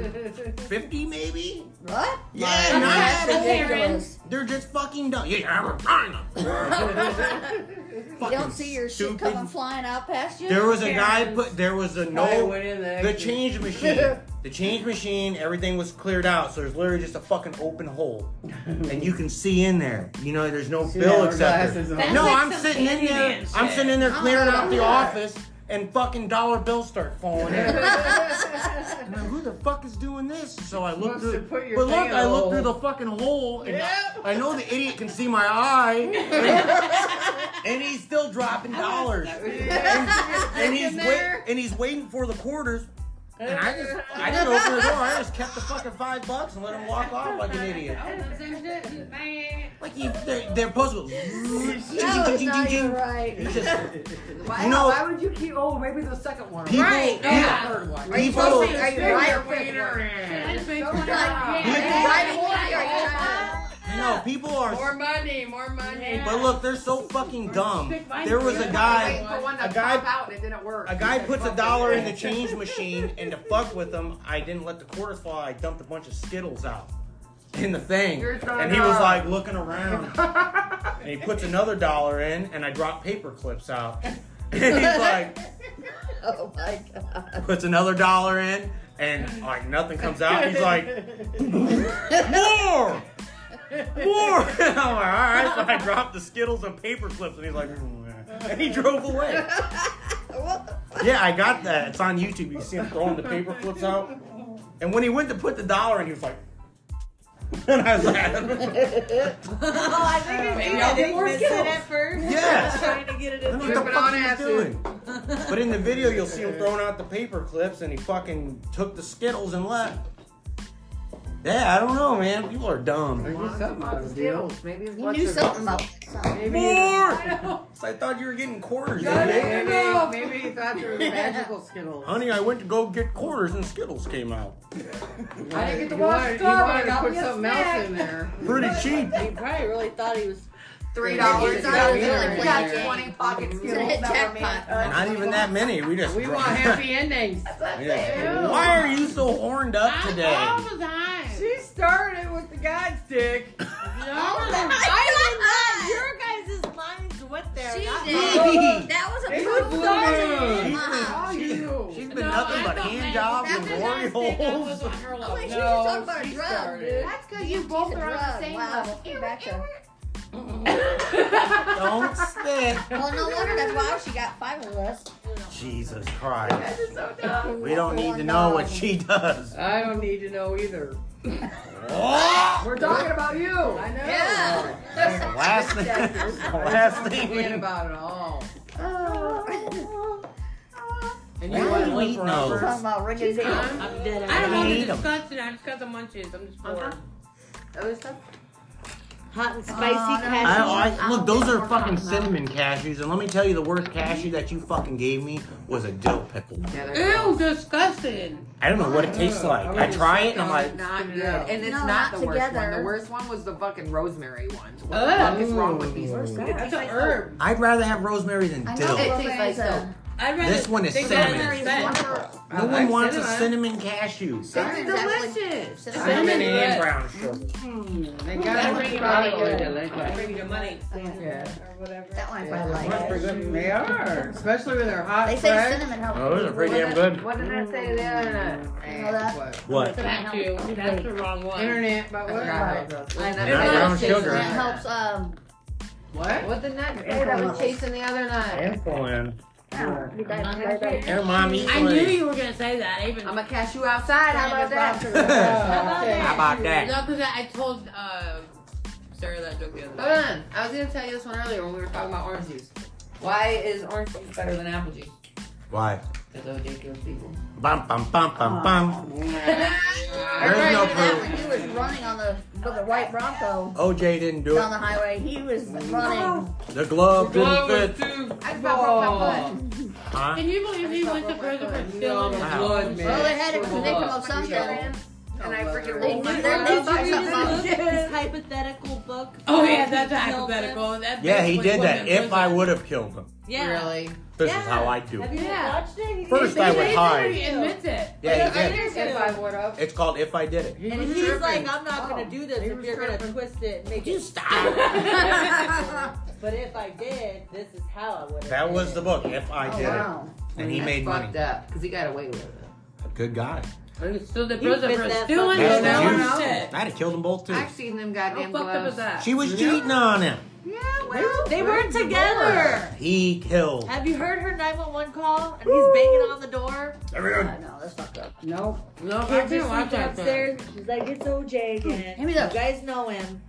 B: 50 maybe?
E: What?
B: Yeah, not
E: That's
B: that old.
E: ridiculous.
B: They're just fucking dumb. Yeah, yeah, we're fine.
E: You
B: Fucking
E: don't see your shit
B: stupid.
E: coming flying out past you?
B: There was a guy put. There was a
A: Probably
B: no.
A: went in there.
B: The change machine. The change machine. Everything was cleared out, so there's literally just a fucking open hole, and you can see in there. You know, there's no
A: She had
B: bill
A: her
B: accepted.
A: glasses on.
C: That's
B: No,
C: like
B: I'm
C: some
B: sitting in there.
C: Candyman
B: I'm
C: shit.
B: sitting in there clearing
E: Oh,
B: out the
E: yeah.
B: office, and fucking dollar bills start falling in. I'm like, who the fuck is doing this? So I look
A: Must
B: through.
A: have put your
B: but look,
A: thing in
B: I
A: a
B: look
A: hole.
B: through the fucking hole, and I know the idiot can see my eye, and he's still dropping dollars, and, and he's wait, and he's waiting for the quarters. And I just, I didn't open the door. I just kept the fucking five bucks and let him walk off like an idiot. Like he, they're, they're supposed to.
E: No, it's not even
B: go-
E: right.
B: You just
F: Why,
B: You know-
F: why would you keep? Oh, maybe the second one.
B: people,
C: Right, yeah.
F: Third one.
E: Are you
B: people-
E: supposed to- are you right or
C: Waiter.
E: fifth one?
F: Don't
E: Like,
F: lie.
E: are you right or fifth? Are you trying
B: no, people are.
A: More money, more money.
B: But look, they're so fucking dumb.
C: Stick my
B: There was a
C: finger
B: guy.
F: Waiting for one to
B: a guy-
F: pop out and it didn't work.
B: A guy puts a dollar in the change machine, and to fuck with him, I didn't let the quarters fall. I dumped a bunch of Skittles out in the thing,
F: You're throwing
B: and he was
F: up.
B: like looking around. and he puts another dollar in, and I drop paper clips out. And he's like,
E: to- Oh my god.
B: puts another dollar in, and like nothing comes out. He's like, more, more. And I'm like, all right. So I dropped the Skittles and paper clips, and he's like, "Mm." and he drove away.
E: What the
B: Yeah, I got that. It's on YouTube. You see him throwing the paper clips out. And when he went to put the dollar in, he was like, and I was like,
G: Maybe I didn't miss it at first.
B: Yes.
G: Trying to get it
B: I
G: in.
B: don't know what the fuck he's doing. But in the video, you'll see him throwing out the paper clips, and he fucking took the Skittles and left. Yeah, I don't know, man. People are
A: I
B: dumb.
A: guess something out of the deal.
F: Skittles. Maybe it's
E: You
F: what's
E: knew
F: her-
E: something about something.
A: Maybe,
B: More.
F: I know.
B: I thought you were getting quarters.
F: Got
B: man.
F: it.
A: maybe,
F: know.
A: maybe he thought there was magical Skittles.
B: Honey, I went to go get quarters and Skittles came out.
F: I didn't get to
A: He
F: watch
A: wanted- He
F: the car, but I
A: wanted to
F: got
A: put
F: me a
A: something
F: snack.
A: else in there.
B: Pretty cheap.
F: He probably really thought he was
D: Three
F: dollars.
D: dollars.
F: Yeah,
D: I really
F: we
D: played
F: got
D: the game.
F: twenty pocket
D: hit
F: Skittles that were
D: jackpot.
F: made-
B: Not even that many. We just.
A: We
B: dropped-
A: want happy endings.
B: Yeah. Why are you so horned up today?
H: All the time.
A: She started with the guide stick.
H: All the time.
G: I did not. Your guys' lines went there.
D: She
G: not mine.
D: did. That was a
A: It was
D: true
A: blue.
D: story. Uh-huh.
A: Oh, you.
B: She's been nothing
H: I
B: but
H: thought
B: hand
H: maybe-
B: jobs
H: that's
B: and
H: what I
B: glory
H: was thinking. I was
B: holes.
H: on her
G: Oh
D: I'm
H: level.
D: like, she
A: No,
D: was talking about a
A: she
D: drug,
A: started.
D: dude.
G: That's because you
D: She's
G: both
D: a
G: are on the
D: drug.
G: same
D: Wow.
G: level.
D: Get back to-
B: Don't spit.
D: Well, no wonder that's why she got five of us.
B: Jesus Christ.
F: So dumb.
B: We don't need to know what she does.
A: I don't need to know either.
B: Oh!
A: We're talking about you. I know.
D: Yeah.
B: That's the last thing. that's the last thing we.
A: Forget about it all.
E: Oh.
A: And
B: Why
A: you
B: do
A: want to
B: we
A: live
B: eat
A: forever.
B: those?
E: Talking about ringing the
C: I'm dead.
H: I don't
B: We
H: want to
B: need 'em.
H: discuss it. I just got the munchies. I'm just bored.
G: Uh-huh.
F: Other stuff?
G: Hot and spicy
E: Uh, no.
G: cashew.
B: I, I, look, those are fucking cinnamon cashews, and let me tell you, the worst cashew that you fucking gave me was a dill pickle.
F: Yeah, they're
H: Ew, disgusting.
B: I don't know what it tastes like. I try it and I'm like,
F: not
A: Yeah.
F: good. And it's
E: No,
F: not,
E: not
F: the worst one. The
E: together.
F: worst one was the fucking rosemary one. What the
H: Ugh.
F: fuck is wrong with these?
A: Ooh.
F: It
H: That's
F: tastes
H: a
F: like
H: herb.
B: I'd rather have rosemary than
E: I know.
B: dill.
F: soap. It
B: No
E: Rosemary
F: tastes like
E: is a-
F: soap.
H: I'd rather
B: This one is
H: they
B: cinnamon.
H: better than
E: wonderful.
A: I
B: one
A: like
B: wants a
A: cinnamon.
B: cinnamon cashew.
E: Cinnamon's actually-
F: delicious.
E: Cinnamon.
A: Cinnamon
H: and
B: brown sugar.
A: Hmm. They
H: That'll
A: got
H: bring
A: it
H: you
A: right
H: money.
A: over there, like
H: That'll
A: that.
H: bring you the money.
A: Yeah.
E: That one's what I
A: That's
E: like.
A: pretty good. They are, especially with their hot
E: They say
A: bread.
E: cinnamon helps.
B: Oh, those are pretty damn good.
F: What did I say the other night?
E: Know that?
A: What?
B: What?
H: Thank you. That's the wrong one.
A: Internet, but what?
F: I I know.
B: Not brown sugar.
E: That helps, um,
A: What?
F: What the nut kid I was chasing the other night?
B: Insulin.
E: you guys-
B: Here, mommy.
H: I knew you were gonna say that. I even
F: I'm a cashew outside. How about that?
B: How about that?
H: no, because I, I told uh, Sarah that joke the other
F: Hold
H: day.
F: on. I was gonna tell you this one earlier when we were talking about orange juice. Why is orange juice better than apple juice?
B: Why?
F: Because OJ kills people.
B: Bum bum bum bum bum.
E: I
B: There's
E: tried
B: no
E: to do that
B: proof.
E: when he was running on the with the white Bronco
B: OJ didn't do
E: down
B: it.
E: the highway. He was running.
B: The glove didn't fit.
F: I just about broke my foot.
B: Huh?
H: Can you believe he went to prison for
A: No,
H: stealing?
B: Wow.
A: blood, man.
E: Well, they had to
A: Come
E: convict him
A: on.
E: of something.
F: And I freaking
E: They
F: rolled
E: knew
F: my
E: their
F: foot.
E: knew something about it.
G: This hypothetical book.
H: Oh yeah, that's a
G: He killed him.
H: hypothetical. That
B: Yeah, he
H: basically
B: did
H: put
B: that.
H: him in
B: If I
H: prison.
B: would have killed him,
G: Yeah.
F: Really?
B: this
G: Yeah.
B: is how I do.
G: Have
B: it.
G: you
H: Yeah.
G: watched it? He
B: First,
G: did
B: I
G: it.
B: would hide.
H: He admits it.
B: Yeah, he
G: I
B: did.
G: did.
F: If I would have.
B: It's called If I Did It.
A: He
G: And
A: was
G: he's
A: tripping.
G: like, I'm not
A: Oh,
G: gonna do this
A: he
G: if
A: was
G: you're
A: tripping.
G: gonna twist it and make
B: You
G: it.
B: stop.
G: But if I did, this is how I would.
B: That was the book. If I
E: Oh,
B: Did It,
E: wow.
B: and he
F: That's
B: made money.
F: fucked up because he got away with it.
B: Good guy.
H: So the
G: He
H: prison
G: fit
H: for
G: that
H: stealing
B: fucking
H: and
B: bill.
H: selling
B: That's
H: shit.
B: I'd have killed them both too.
F: I've seen them goddamn
H: How fucked up
F: gloves.
H: is that?
B: She was cheating on him.
G: Yeah, well, they weren't together.
B: He killed.
G: Have you heard her 911 call? And he's banging on the door.
E: I know, that's fucked up.
A: No.
H: No, I
G: Can't you
H: didn't watch that. thing.
G: upstairs? She's like, it's OJ again.
E: Hand me
G: You
E: those.
G: guys know him.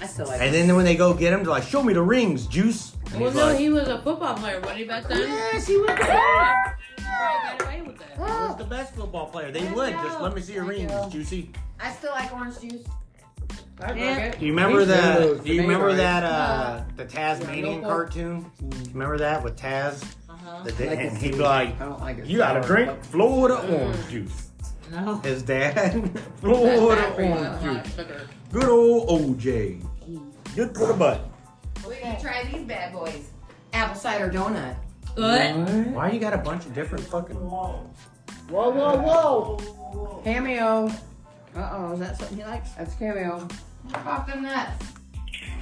F: I still like
B: And then when they go get him, they're like, "Show me the rings, Juice." And
H: Well,
B: he's
H: no,
B: like,
H: he was a football player, wasn't he, back then?
G: Yes, he was.
H: Got away with it.
B: "Who's
E: Uh-huh.
B: the best football player? They
G: I
B: would
G: know.
B: just let me see your
E: Thank
B: rings,
E: you.
B: Juicy."
F: I still like orange juice.
A: I broke
G: Yeah.
A: it.
B: Do you remember
A: He
B: the?
A: knows
B: Do you
A: the
B: remember
A: neighbor.
B: that uh, the Tasmanian
A: Yeah.
B: cartoon? Remember that with Taz?
G: Uh-huh.
B: The dick-
A: Like
B: and
A: a
B: he'd be
A: seed.
B: like,
A: I don't like it.
B: "You gotta
A: sour,
B: drink Florida
F: Mm.
B: orange juice."
G: No.
B: His dad,
H: That's
B: Florida
H: bad for you,
B: orange
H: that's a lot
B: juice.
H: of sugar.
B: Good old OJ. Good for the butt.
F: We can try these bad boys. Apple cider donut.
H: What?
A: but- What?
B: Why you got a bunch of different fucking?
E: Whoa, whoa, whoa.
A: Cameo. Uh
E: Oh,
A: oh.
E: is that something he likes?
A: That's cameo.
F: Pop them nuts.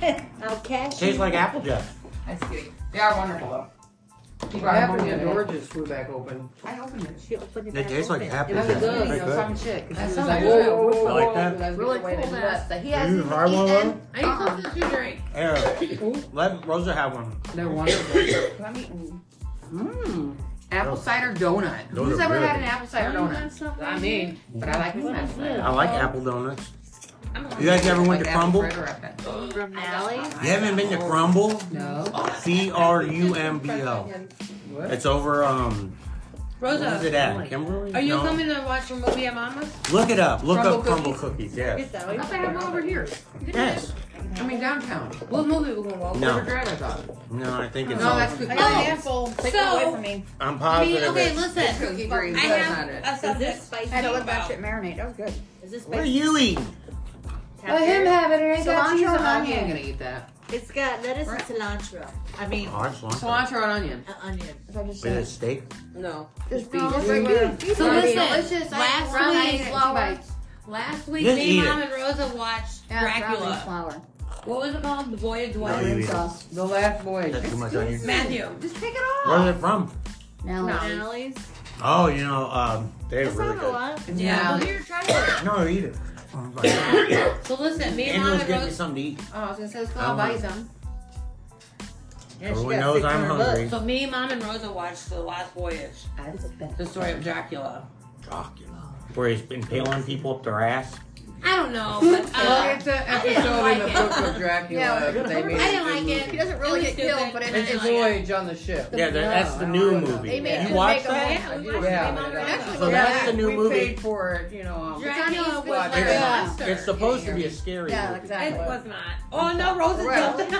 G: Now, Cash.
B: Tastes like apple jack.
F: I'm just kidding. They are wonderful though. You
A: What
F: brought
A: happened?
F: them
A: The
F: over
A: door
F: there.
A: just flew back open.
F: I opened it.
G: She opened it
B: It
G: back
B: tastes like
G: open.
B: apple
F: It was a
B: jack.
F: good,
B: Pretty
F: you know,
B: good.
F: some chick. and She was
A: sounds
F: like,
A: good.
F: whoa, whoa,
B: I
F: whoa,
B: like
F: whoa,
B: that.
F: because I was
A: Really
F: giving away
A: cool
F: the
A: that-
F: nuts that he
B: You
F: hasn't
B: hard one,
F: eaten.
H: I need something to drink.
B: Aaron, let Rosa have one.
A: They're wonderful.
F: I'm eating
A: Mmm.
F: apple cider donut.
B: Those
F: Who's
B: are
F: ever
B: good.
F: had an apple cider donut? I mean, but I like this apple cider.
B: I like apple donuts.
H: I'm
B: You guys ever went
F: Like
B: to
F: apple Oh.
B: Crumble?
F: bread wrap it.
G: From Mally's.
B: You haven't been to Crumble?
F: No.
B: C R U M B L.
A: What?
B: It's over um What is
C: Rosa,
B: it at? Kimberly?
C: are you
B: No.
C: coming to watch a movie at Mama's?
B: Look it up. Look
F: Crumble
B: up crumble cookies. Yeah.
E: Get that
F: I
E: away
F: thought
E: from
F: they had one over here.
B: Yes.
F: I mean, downtown. What movie we going
A: Oh,
F: to watch?
B: No.
F: Overdrive, I thought.
B: No, I think it's.
F: No,
B: on-
F: that's cookie.
G: I
E: Oh.
G: got an handful. Take it away from me.
B: I'm
C: I
B: positive.
C: mean, okay,
B: it's-
F: It's
C: listen.
F: cookie green.
C: I
F: That's not
C: have
F: it.
C: a
G: Is
C: subject.
G: this spicy?
E: I had to let that
G: Wow.
E: shit marinate. That was good.
G: Is this
B: What are
G: spicy?
B: you eating?
A: Oh,
F: Let him have it. It ain't got
G: Cilantro
F: cheese and
G: and
F: onion.
G: onion.
F: I'm gonna eat that.
G: It's got lettuce and cilantro. I mean,
B: Oh, I just want that.
F: Cilantro and onion.
G: uh, onion.
E: As I just
B: Is it
E: said.
B: steak?
F: No.
E: Just
F: No,
E: just
F: it's
E: regular-
C: So
F: It'll be
C: listen,
F: delicious. I
C: last
F: ain't run, I
C: week-
F: ate it in two bites.
C: Last week,
B: Just
C: me,
B: eat
C: Mom,
B: it.
C: and Rosa watched
E: Yeah, brown and
C: Dracula.
E: flour.
C: What was it called? The Boy of Dwayne.
B: No, you eat it.
E: Sauce.
A: The last voyage.
B: That's too much on you.
C: Matthew.
F: Just pick it off.
B: Where's it from?
E: Now
F: No.
E: it's-
G: Annalise.
B: Oh, you know, um, they're
G: That's
B: really
G: not a
B: good.
G: lot.
C: Yeah.
F: No.
B: No, eat it. Oh, my God.
C: So listen, me and Mom
B: Angela's
C: and
B: getting me
C: Rosa.
B: something to eat.
F: Oh, I was gonna say let's go
B: I'm
F: out buy
B: hungry.
F: some.
E: Yeah, she
B: Everyone
E: got
B: knows I'm
E: 600 bucks.
B: hungry.
C: So me, Mom, and Rosa watched The Last Voyage,
F: I was a bet.
C: the story of Dracula.
B: Dracula. Where he's impaling people up their ass.
C: I don't know, but
A: Well,
C: uh,
A: it's an
C: didn't
A: episode
C: like
A: in the
C: it.
A: book of Dracula.
E: Yeah,
A: that they
E: I
A: made
C: didn't like
A: into a
C: it.
A: movie.
E: He doesn't
C: It
E: really
C: was
E: get killed,
C: stupid.
E: but it
C: It's
A: It's a
E: is.
C: like-
A: voyage on the ship.
B: Yeah, there- that's the new movie.
E: They made
A: Yeah.
E: him
B: You watch
E: make a
B: that?
E: whole-
C: yeah, we
E: I
C: watched
E: do.
A: Yeah.
C: me, Mom, and
E: Actually,
B: So
C: Rosa.
B: that's the new
A: we
B: movie.
A: paid for it, you know. Um,
C: Dracula was
E: It's
C: like
A: on
C: a
A: Netflix.
C: monster.
B: It's supposed to be a scary
E: Yeah,
B: movie.
C: It
E: exactly.
C: was not. Oh no, Rosa
E: Right.
C: jumped.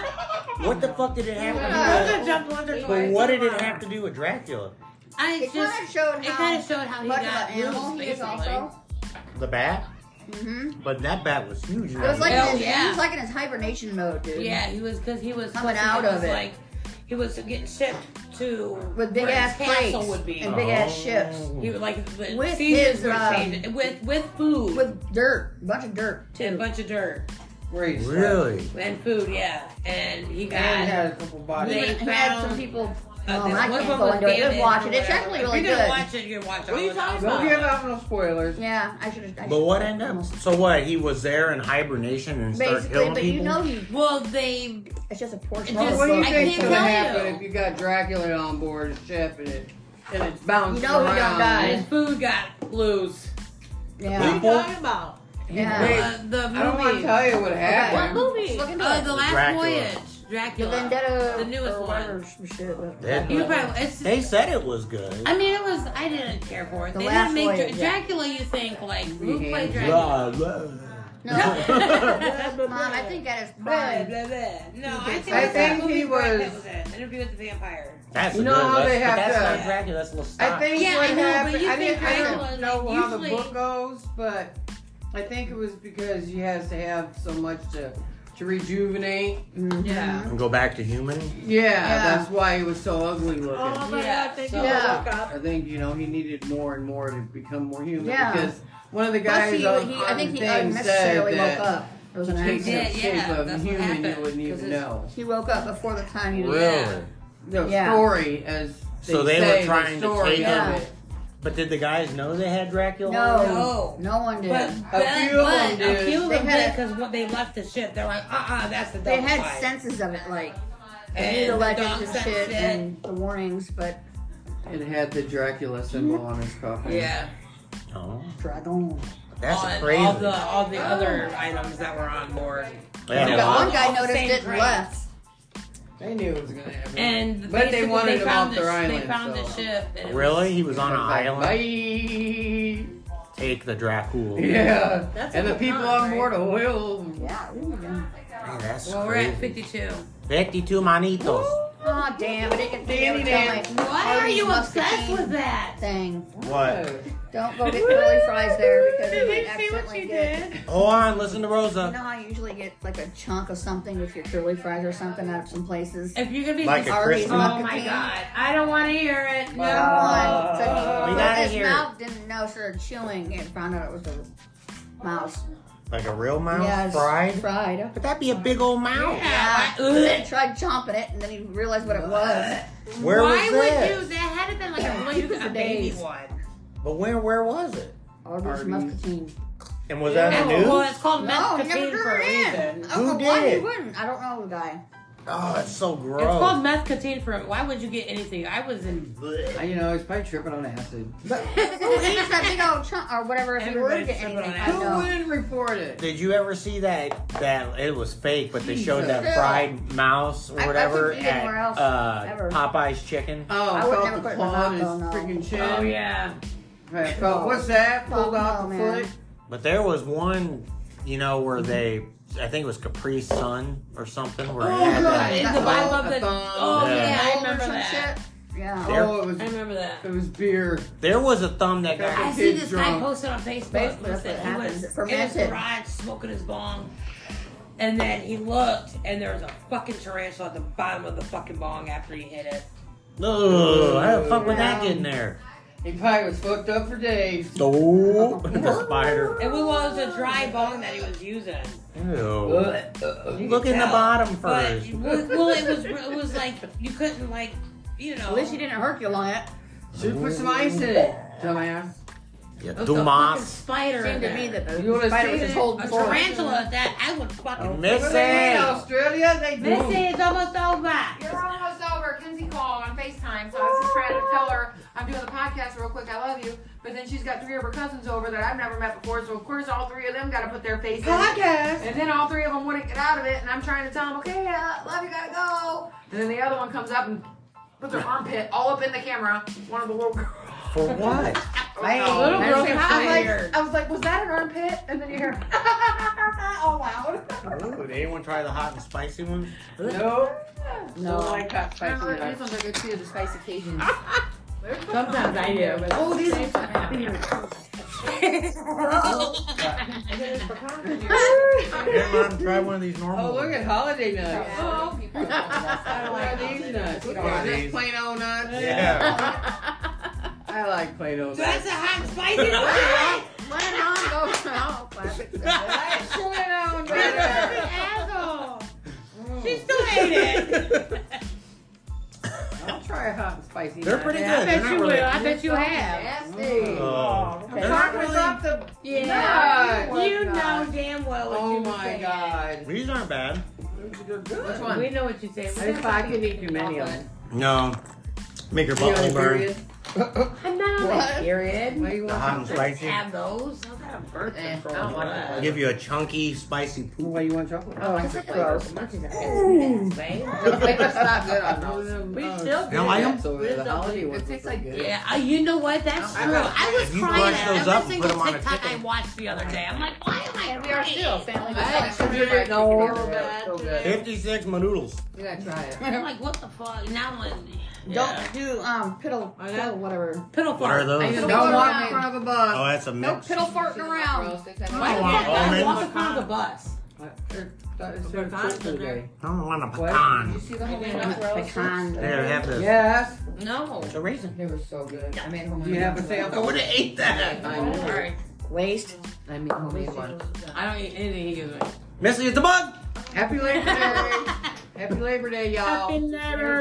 B: What the fuck did it have
E: Yeah.
B: to do
C: Rosa jumped once or
B: with? But
C: twice.
B: what did it have to do with Dracula?
C: I
E: It
C: just.
E: kind of showed
C: it kind
E: how
C: of showed how he
E: much of
C: got
E: an animal
C: loose,
E: he is
C: basically.
E: also.
B: The bat?
E: Mm-hmm.
B: But that bat was huge.
E: It was like
C: Hell
E: in his,
C: yeah.
E: he was like in his hibernation mode, dude.
C: Yeah, he was because he was
E: Coming
C: supposed to-
E: out
C: it
E: of
C: was
E: it.
C: Like he was getting shipped to
E: With big
C: where his
E: ass
C: castle
E: plates
C: would be.
E: and big ass ships
B: Oh.
C: he would like the
E: With
C: seasons
E: his,
C: were
E: um,
C: changing with with food
E: with dirt, bunch of dirt
C: and a
E: too.
C: bunch of dirt
A: Greece.
B: Really?
C: and food. Yeah, and he got.
A: And it had a couple bodies.
C: They
E: Even had some
C: found-
E: people.
C: uh,
E: uh, Oh,
C: this
E: I can't go
C: one of them
E: into
C: was
E: it. Just
C: David
E: watch it.
C: or
E: It's
C: whatever.
E: actually really
C: If you're gonna
E: good.
C: watch it. You're gonna watch it.
G: What are you talking
A: Don't give out no spoilers.
E: Yeah, I should. have
B: But what ended up? So what? He was there in hibernation and started
E: Basically,
B: killing
E: but
B: people.
E: you know he.
C: Well, they
E: It's just a portion
C: It
A: Well,
E: of
C: just-
A: what do you
C: I
A: think's
C: can't
A: gonna
C: tell
A: happen
C: you.
A: if you got Dracula on board a ship and it and it's bouncing
E: You know he don't
A: around?
E: die.
C: his food got loose.
G: What are
E: Yeah.
G: you talking about?
E: Yeah.
A: Wait,
C: Uh, the movie.
A: I don't want to tell you what happened.
E: Just Look into
C: Uh,
E: it.
C: the last
B: Dracula.
C: voyage,
E: The
C: Dracula.
E: vendetta.
C: The newest
E: or
C: one.
E: whatever sh- Shit. but-
B: That-
C: You probably, it's
B: They said it was good.
C: I mean, it was. I didn't care for it.
E: The
C: they
E: last
C: didn't make
E: voyage,
C: Dra-
E: yeah.
C: Dracula. You think like who
A: Yeah.
C: played Dracula?
B: Blah, blah.
E: No. Mom, I think that is
C: Blah,
E: prime.
C: blah, blah. No, I think,
A: I
C: it
A: think
C: was that movie
A: he
C: Brad
A: was-
C: Pitt was in, Interview with the Vampire.
B: That's
A: You
B: a
A: know
B: good
A: how
B: list,
A: they
B: but
A: have
B: that's
A: to-
B: not Dracula. That's Lestat.
A: I think
C: Yeah,
A: what
C: I know, but
A: happened.
C: you
A: I
C: think
A: didn't. I
C: Dracula,
A: don't
C: like,
A: know how the
C: usually-
A: book goes, but I think it was because he has to have so much to to rejuvenate.
E: Mm-hmm.
C: Yeah.
B: and go back to human.
A: Yeah, that's why he was so ugly looking.
G: Oh my
C: Yeah.
G: god, thank
A: So-
G: you.
E: Yeah.
G: Look up.
A: I think you know he needed more and more to become more human
E: Yeah.
A: because one of the
E: Plus,
A: guys
E: he-
A: on,
E: he-
A: on
E: I think he
A: thing said
E: unnecessarily
A: that
E: woke up. It was an
A: he
C: He
E: accident.
A: took
C: did,
A: shape
C: yeah,
A: of a
C: that's what
A: human you
C: happened,
A: wouldn't
C: 'cause
A: even
C: it's-
A: know.
E: He woke up before the time he was.
B: Really?
A: The
E: Yeah.
A: story as they
B: So they were
A: say,
B: trying to
A: the story
B: take
A: of
E: him-
A: it.
B: But did the guys know they had Dracula?
E: No.
C: No.
E: Oh. No one did.
C: But, but,
A: A few of
C: but
A: them
C: a
A: did.
C: few of
E: They
C: them
E: had
C: did because when they left the ship, they're like, uh uh that's the double
E: they had
C: side.
E: senses of it, like
C: And
E: the
C: the
E: legends
C: dog
E: and
C: sense
E: shit
C: it.
E: and the warnings, but
A: It had the Dracula symbol on his coffin.
C: Yeah.
B: Oh,
E: dragon.
B: that's
C: on
B: crazy.
C: All the, all the other items that were on board.
B: Yeah.
E: But
C: They're all-
E: one guy
C: all the
E: noticed
C: same
E: it and
C: grade.
E: left.
A: They knew it was gonna happen.
C: And
A: But they
C: basically
A: wanted him
C: found
A: off
C: the,
A: their
C: They
A: island,
C: found the
A: so-
C: ship. and it was-
B: Really? He was on an
A: Like,
B: island. Take the Dracula.
A: Bye. Yeah.
G: That's
A: and
G: a
A: the
G: good
A: people
G: time,
A: on
G: right?
A: board oil.
E: Yeah. we were done.
B: Man, that's
C: Well, we're
B: crazy.
C: at 52.
B: 52 manitos.
E: Aw, damn! I didn't get to
A: Danny
E: Danny Dan.
A: Dan.
C: Why
E: are you obsessed with
C: that?
E: thing.
B: What?
E: Don't go get curly fries there because you might accidentally get.
B: Hold on, listen to
E: You
B: Rosa.
E: know, how I usually get like a chunk of something with your curly fries or something out of some places.
C: If you're gonna be
B: Like a
E: Arby's
B: Christmas.
C: oh
E: muffin
C: my
E: pan.
C: god, I don't want to hear it. No.
E: Got one. So
A: We
E: he,
B: gotta
E: his
B: hear it.
E: mouth didn't know, started chewing, and found out it was a mouse.
B: Like a real mouse
E: Yeah, it's
B: fried?
E: Fried.
B: But that'd be a big old mouse.
C: Yeah.
E: Yeah. He tried chomping it, and then he realized what it was.
B: Where
C: Why
B: was
C: would
B: this?
C: you? That had to have been like a,
E: It was
C: really, a
E: a
C: baby
E: daze.
C: one.
B: But where where was it?
E: Arby's Muscatine.
B: And was that in the
C: Well,
B: news?
C: it's called
E: No, he never
C: Mescatine for
E: drew
C: a
E: it in.
C: reason.
E: I don't
B: Who
E: know why
B: did
E: he
B: it?
E: wouldn't. I don't know the guy.
B: Oh, it's so gross.
C: It's called meth contained for Why would you get anything? I was in.
A: Uh, You know, he's probably tripping on acid.
E: Who eats that big old chunk or whatever if you were to
C: Everybody's
E: get
C: sipping
E: anything?
C: on
E: I
C: apple.
A: Who
E: know.
A: wouldn't report it?
B: Did you ever see that? That it was fake, but they showed
A: Jesus.
B: that fried mouse or
E: I- I
B: whatever
E: couldn't eat
B: at
E: anywhere else,
B: uh,
E: ever.
B: Popeye's chicken.
A: Oh,
E: I would
A: felt
E: never
A: the
E: put it in
A: claw
E: my
A: on his
E: mouth, though, no.
A: freaking chin.
C: Oh yeah.
A: Right, felt- what's that? Pulled
E: Fuck
A: off
E: no,
A: the
E: man.
A: foot.
B: But there was one, you know, where they, I think it was Capri Sun or something, where it had
A: God,
B: that.
C: It's
E: that
C: the
E: thumb,
C: vibe of
A: the
C: the.
A: thumb,
C: Oh
B: the
C: yeah, I
E: Olive or
C: remember
E: some
C: that.
E: Yeah.
B: There-
A: Oh, it was
C: I remember that.
A: it was beer.
B: There was a thumb that got.
C: I
A: Fucking
C: see
A: kid
C: this guy
A: drunk.
C: posted on Facebook.
E: Basically,
C: he
E: that's
C: said
E: what
C: he
E: happened.
C: was in his
E: Fermented.
C: garage smoking his bong, and then he looked, and there was a fucking tarantula at the bottom of the fucking bong after he hit it.
B: Ugh, how the fuck would that get in there?
A: He probably was fucked up for days.
B: Oh, the spider.
C: It was, well, it was a dry bong that he was using,
A: Uh,
B: Ew.
C: You
B: Look
C: could
B: in the
C: tell.
B: bottom
C: but
B: first.
C: well, well, it was it was like you couldn't like you know.
E: At least you didn't Herculon it.
A: Should put some ice in it, dumbass.
B: Yeah,
C: It was a fucking
B: Dumas.
C: spider. in
E: Seemed to
C: there.
E: me that
A: You
E: the
A: wanna
E: spider
A: see
E: was just
A: it?
E: holding
C: A
E: forward.
C: tarantula at that I would fucking.
B: Miss
A: Well, they in
B: it.
A: Australia, they do.
C: Missy, it's almost over.
F: You're almost over. Kenzie called on FaceTime, so I was just trying to tell her I'm doing the podcast real quick. I love you. But then she's got three of her cousins over that I've never met before, so of course all three of them got to put their face in. it.
A: Podcast.
F: And then all three of them wouldn't get out of it, and I'm trying to tell them, okay, uh, love you, gotta go. And then the other one comes up and puts her armpit all up in the camera. One of the little girls.
B: For what?
E: Hey,
F: Oh,
E: little
F: I was
E: girl
F: like-
E: can
F: I was
E: find
F: like, I was like, was that an armpit? And then you hear "Oh, all loud.
B: Ooh, did anyone try the hot and spicy one?
A: No.
E: No.
A: Don't like that spicy
E: These
A: rice.
E: ones are good too, the spicy Cajuns.
G: Sometimes I do.
E: Oh, these are
B: Hey, Mom, try one of these normal
A: Oh, look
B: ones.
A: at holiday nuts.
F: Oh, people.
A: I don't like these nuts.
B: Look at
A: Just
B: these.
A: plain old nuts.
B: Yeah.
A: I like plain old nuts.
C: That's a hot spicy one.
E: "Oh,
A: Plain old
C: You're such
A: nuts.
C: an asshole. She still ate it.
A: I'll try a hot and spicy.
B: They're
A: nut.
B: pretty
A: Yeah.
B: good. They're not really.
C: I bet you have.
A: Nasty.
B: Oh.
A: They're not really-
C: Yeah.
A: No,
C: you
A: it's
C: know
A: not.
C: damn well what
A: Oh
C: you were
A: my
C: saying.
A: god.
B: These aren't bad.
A: Which
C: We
A: one?
C: know what you said.
A: I just thought I couldn't eat too many of them.
B: No. Make your
A: You
B: butthole
A: know,
B: burn.
A: period.
C: I'm not on a period.
A: Why you
B: The
A: want
B: hot and spicy.
C: Have those. I'll have a birth
J: Eh, I don't
C: control.
J: like that.
B: Give you a chunky, spicy poop.
A: Why you want chocolate?
E: Oh, I think gross.
A: The flavor's not good on those.
G: We still
B: Now I am.
A: So the holiday ones were pretty good.
C: Yeah, uh, you know what? That's
A: I
C: true.
A: got-
C: I was
B: If you
C: crying
B: crush
C: at
B: those
C: every
B: up and
C: single
B: put 'em on a
C: TikTok I
B: chicken.
C: watched the other day. I'm like, why am I?
E: And we are still a family that's
A: I
E: fried
A: actually
E: chicken
A: know
E: together.
A: that.
E: So good.
B: 56 manoodles.
J: You gotta try it.
C: I'm like, what the fuck? Now I'm. Yeah.
E: Don't do um piddle,
G: I know.
E: piddle whatever.
C: Piddle
B: What are
C: fart.
B: those?
A: I just
E: Piddle
A: don't
E: farting
A: walk in
E: around.
A: front of a
B: Oh,
A: bus.
B: that's a
E: Nope,
B: mix.
E: piddle farting around.
J: Roasted, I
C: Why
J: don't
C: the
J: want
C: fuck
B: Oh,
C: I
B: man.
C: walk in front of the bus?
A: That is their food for
G: Pecans in
A: the
G: there.
A: day.
B: I don't want a
A: What?
B: pecan.
J: You see the whole
E: Pecan.
B: There, have this.
A: Yes.
C: No.
B: It's a raisin.
J: They were so good. I made homemade.
A: Do you have a
J: ones.
B: I
A: sample?
B: would have ate that.
A: I know.
C: Alright.
E: Waste.
J: I made homemade ones.
G: I don't eat anything he gives me.
B: Missy, it's a bug.
A: Happy Labor Day. Happy Labor Day, y'all.
E: Very,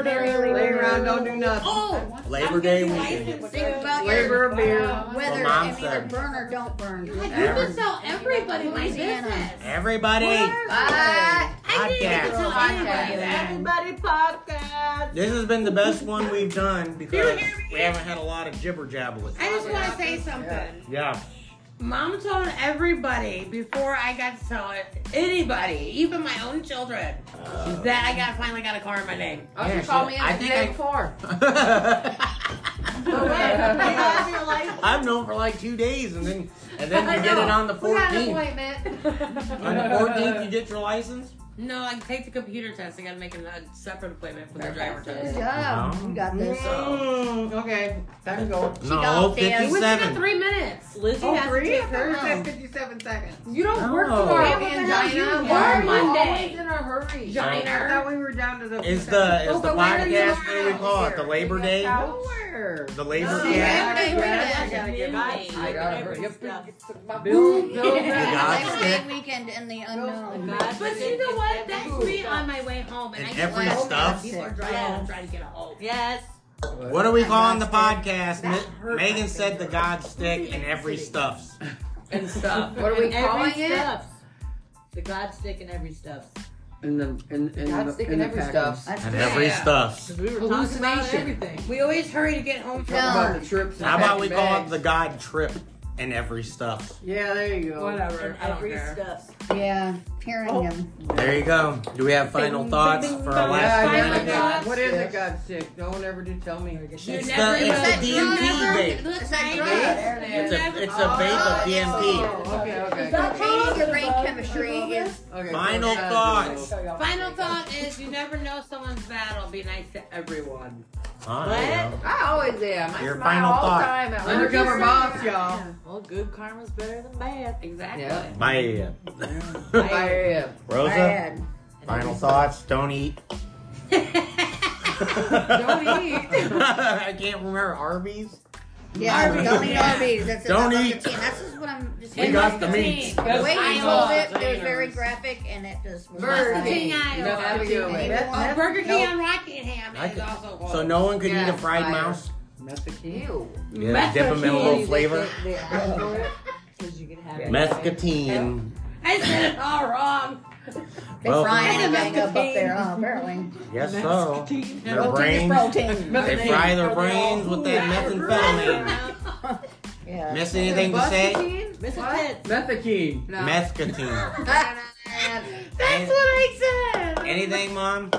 E: very,
A: Lay
E: very
A: around, don't do nothing.
C: Oh!
B: Labor Day weekend.
C: License.
E: Think about
A: Labor
E: your
A: of beer.
E: weather
B: Mom
E: and either
B: said-
E: burn or don't burn.
C: You can tell everybody my
E: Louisiana.
C: business.
B: Everybody,
E: Bye.
C: I didn't even
B: podcast.
C: tell anybody that.
G: Everybody podcast.
B: This has been the best one we've done because we haven't had a lot of jibber jabberly.
C: I just want to say something.
B: Yeah.
C: Mom told everybody before I got to tell it, anybody, even my own children, that I got finally got a car in my name.
F: Oh,
B: Yeah,
F: she called
B: she-
F: me in
B: I
F: the
B: think
F: day
B: I-
F: before.
E: Oh,
B: I've known for like two days, and then and then you get it on the
F: We got
B: 14th.
F: an appointment.
B: On the 14th, you get your license.
C: No, I can take the computer test. I got to make a separate appointment for the driver
E: Good
C: test.
E: job. You got this.
A: Mm, okay, time to go.
B: No,
C: We still got
B: 57.
C: three minutes.
G: Lizzie
A: Oh,
G: has to
A: three?
G: take
A: I thought
G: her.
A: it said 57 seconds.
F: you don't work
B: Oh.
F: tomorrow,
C: Hey, what the
F: Angina.
C: hell, you
F: Why are
C: work
F: you
C: Monday.
F: always in a hurry?
B: Giant.
A: I thought we were down to the.
B: Is the is
F: Oh,
B: the
F: but why are you
B: podcast? What do we
F: out
B: call it?
F: here?
B: The Labor
F: Yes,
B: Day.
F: out.
A: Nowhere.
B: The Labor
A: No.
B: Day.
A: Yeah.
E: Yeah.
A: I gotta get my. I gotta hurry up and get some- my
E: Bill-
A: bills, bills,
B: You
F: Oh,
A: bills.
B: got
E: Labor
B: it.
E: Day weekend in the unknown.
C: But you know what? That's me on my way home, and,
B: And
C: I get
B: every
C: like, oh,
B: stuff?
C: People are driving, I'm trying to get a home.
G: Yes.
B: What are we calling the podcast? Ma- Megan said the God stick and every stuffs.
C: and stuff.
A: What are we
G: Every
A: calling it?
G: stuffs. The God stick and every stuffs.
A: in the in, in
F: God's
A: the,
F: sticking
A: in the
F: every
A: package.
F: stuff.
E: That's
B: and every
C: Yeah.
B: stuff.
F: 'Cause we were talking about
C: Hallucination.
F: everything.
C: We always hurry to get home from
A: Talk
E: No.
A: about the trips. and
B: How about we
A: packing
B: call it
A: bags.
B: the God Trip and every stuff?
A: Yeah, there you go.
F: Whatever. I don't
G: Every
F: care.
G: stuff.
E: yeah, pairing them.
B: There you go. Do we have final
C: Bing,
B: thoughts
C: bing,
B: for
C: bong.
B: our
A: Yeah,
B: last
A: I
C: Final
A: never did.
C: thoughts?
A: What is it? God sick. Don't ever do tell me.
C: You
B: It's
C: never
B: the- it's
C: even-
B: the
C: you
B: DMT
C: never-
B: vape.
C: look,
E: Is that
C: I
E: drug?
C: know.
E: There
C: You
B: It's
C: never-
B: a it's a vape of DMT.
A: Oh, okay, okay.
G: Stop
E: Changing your brain
G: talking
E: chemistry
G: about
E: is
A: okay
B: Final
A: so- uh,
B: thoughts.
C: Final thought is you never know someone's battle. Be nice to everyone.
B: Oh, there you go.
F: I always am. I
B: Your
F: smile
B: final
F: all
B: thought.
F: the time at work.
A: Undercover boss, y'all.
G: it. Well, good karma's better than bad.
C: Exactly.
F: Yeah.
B: Bye.
F: I am.
B: Rosa,
E: bad.
B: final thoughts. Don't eat.
F: Don't eat.
B: I can't remember Arby's.
E: Yeah,
B: Arby's.
E: don't eat
C: Yeah.
E: Arby's. That's
B: Don't eat.
E: that's on the tin. That's just what I'm just.
B: We
C: It
B: got
C: must
B: the
C: be.
B: meat.
E: The way
C: I
E: you told
C: love
E: it, it was very
C: containers.
E: graphic, and it just was.
F: Bird.
E: not
C: King
E: nice.
C: Isle.
A: Nothing to do with it.
C: Uh, Burger King
E: Nope.
C: on Rockingham
B: I
C: is
B: could-
C: also closed.
B: So no one could eat
F: Yeah,
B: a fried
F: fire.
B: mouse.
A: That's the key.
F: Ew.
B: Yeah, dip them in a little flavor.
G: They ask for it, 'cause you can have it.
B: Mescatine.
C: I said it all wrong.
E: They
B: Well,
E: fry
C: I
E: anything
C: love
E: up up there, huh, apparently.
B: Yes, so. Their
G: Protein
B: brains.
G: is protein.
B: They fry their brains with that methamphetamine.
E: Yeah.
B: Miss anything to say?
G: Mrs. Pitts.
A: Methakine.
F: No.
B: Mescatine.
C: That's what I said.
B: Anything, mom?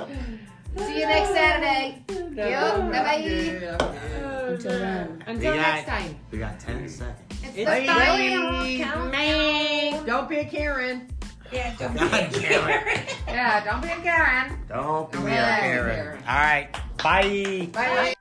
E: See you next Saturday. Yup, bye-bye.
G: Until then.
B: Until next time. We got 10 seconds.
A: Bye.
C: Man.
A: Don't be a Karen.
C: Yeah, don't
B: God
C: be
B: damn
F: Yeah, don't be a Karen.
B: Don't be a
F: Yeah.
B: Karen. All right. Bye.
F: Bye.